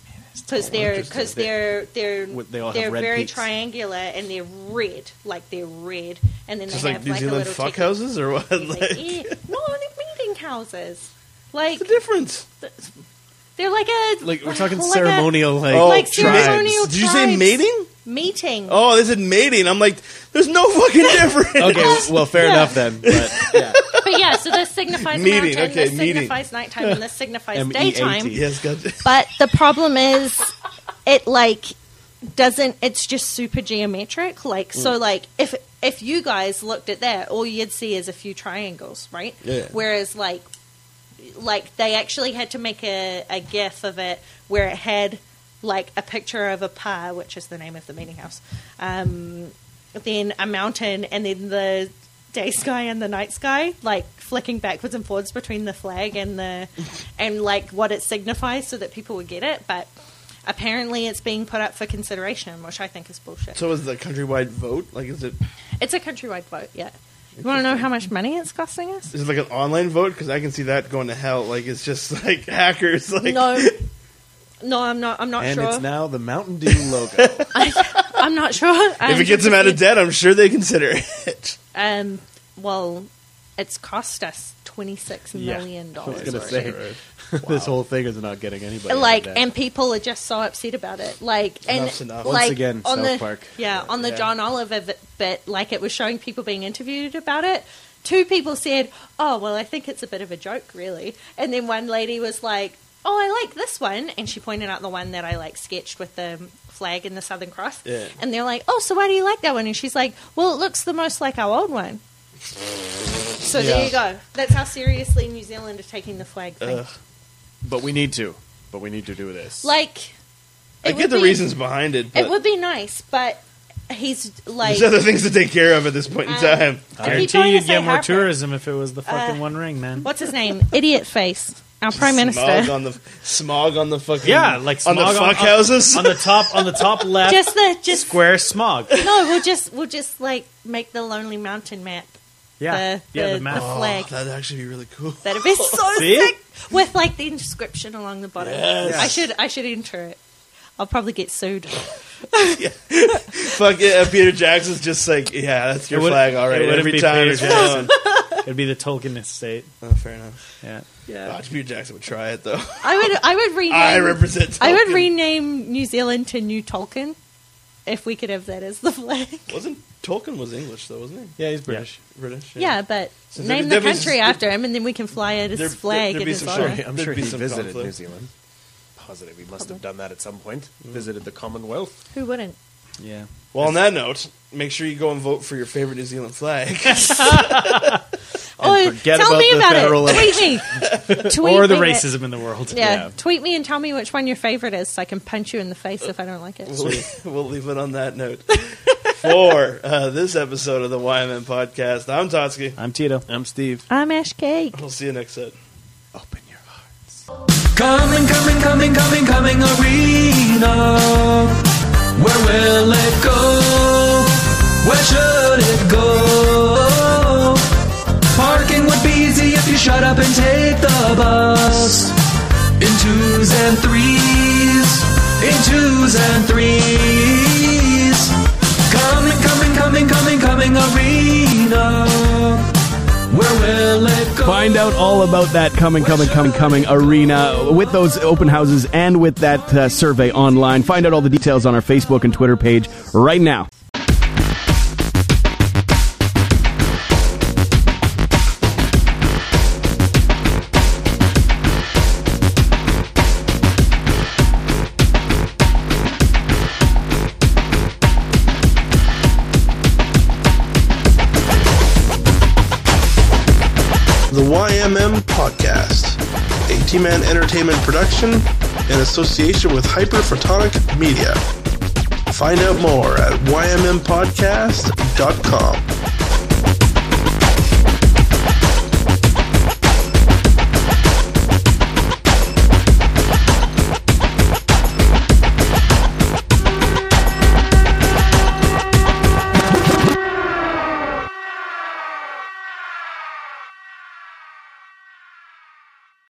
because they're interesting. because they're they're What, they all have are red very peaks. triangular and they're red like they're red, and then Just they like have New like a Zealand little fuck ticket. houses or what? Like, Like, eh, no, they're meeting houses. Like what's the difference? they're like a Like we're talking like a- ceremonial, like, Oh, like tribes. ceremonial Did you say tribes. mating? meeting. Oh, they said mating. I'm like, there's no fucking difference. Okay, well, fair Yeah. enough then. But yeah, But yeah, so this signifies Meeting, mountain, okay, this meeting. signifies nighttime, and this signifies E E M-E-A-T. daytime. Yes, gotcha. But the problem is, it like doesn't. It's just super geometric. Like so, like if if you guys looked at that, all you'd see is a few triangles, right? Yeah. Whereas like like they actually had to make a, a gif of it where it had like a picture of a pa, which is the name of the meeting house, um, then a mountain, and then the day sky and the night sky, like flicking backwards and forwards between the flag and the and like what it signifies, so that people would get it. But apparently, it's being put up for consideration, which I think is bullshit. So is the countrywide vote? Like, is it it's a countrywide vote, yeah. You want to know how much money it's costing us? is it like an online vote? Because I can see that going to hell. Like, it's just like hackers. Like, No, no, I'm not. I'm not and sure. it's now the Mountain Dew logo. I'm not sure. if it gets them out of debt, I'm sure they consider it. Um, well, it's cost us twenty six million I was dollars. gonna already. say this whole thing is not getting anybody. Like, out of and people are just so upset about it. Like, and Enough's enough. like Once again, on South the Park. yeah on the Yeah. John Oliver vi- bit, like it was showing people being interviewed about it. Two people said, "Oh, well, I think it's a bit of a joke, really," and then one lady was like, "Oh, I like this one," and she pointed out the one that I like sketched with the flag and the Southern Cross, Yeah. and they're like, "Oh, so why do you like that one?" And she's like, "Well, it looks the most like our old one." So there you go. That's how seriously New Zealand are taking the flag thing. Ugh. but we need to. But we need to do this. Like, I it get would the be- reasons behind it, but It would be nice, but he's like there's other things to take care of at this point in Um, time. I I keep guarantee trying you'd to get say more Harper. tourism if it was the fucking Uh, One Ring, man. what's his name? Idiot face. Our prime Smog minister. on the smog on the fucking Yeah, like on the smog on- fuck houses. on the top, on the top left, Just the just square smog. no. We'll just we'll just like make the Lonely Mountain map. Yeah, the, yeah, the, the, map. the flag. Oh, That'd actually be really cool. That'd be so See? sick with like the inscription along the bottom. Yes. I should I should enter it. I'll probably get sued. Fuck yeah, Peter Jackson's just like, yeah, that's your It would- flag, all it right. wouldn't Every be time Peter it's Jackson. blown. It'd be the Tolkien estate. Oh, fair enough. Yeah. Yeah. Watch Peter Jackson would try it though. I would I would rename I represent I would Tolkien. rename New Zealand to New Tolkien if we could have that as the flag. Wasn't Tolkien was English though, wasn't he? Yeah, he's British. British. Yeah, but So there'd- name the there'd be- country after him and then we can fly it as There- flag there'd in be his some honor. sure. I'm There'd sure be he some visited conflict. New Zealand. Positive, he must have done that at some point. Visited the Commonwealth. Who wouldn't? Yeah. Well, on that note, make sure you go and vote for your favorite New Zealand flag. Oh, forget tell about me the about federal it. Tweet me. Tweet or the me it. racism in the world. Yeah. tweet me and tell me which one your favorite is, so I can punch you in the face if I don't like it. we'll, leave, we'll leave it on that note. for uh, this episode of the YMN podcast, I'm Totsky. I'm Tito. I'm Steve. I'm Ash Cake. We'll see you next set. Open your heart. Coming, coming, coming, coming, coming arena. Where will it go? Where should it go? Parking would be easy if you shut up and take the bus. In twos and threes. In twos and threes. Coming, coming, coming, coming, coming arena. Where will it go? Find out all about that coming, coming, coming, coming arena with those open houses and with that uh, survey online. Find out all the details on our Facebook and Twitter page right now. The YMM Podcast, a T Man Entertainment production in association with Hyperphotonic Media. Find out more at ymmpodcast.com.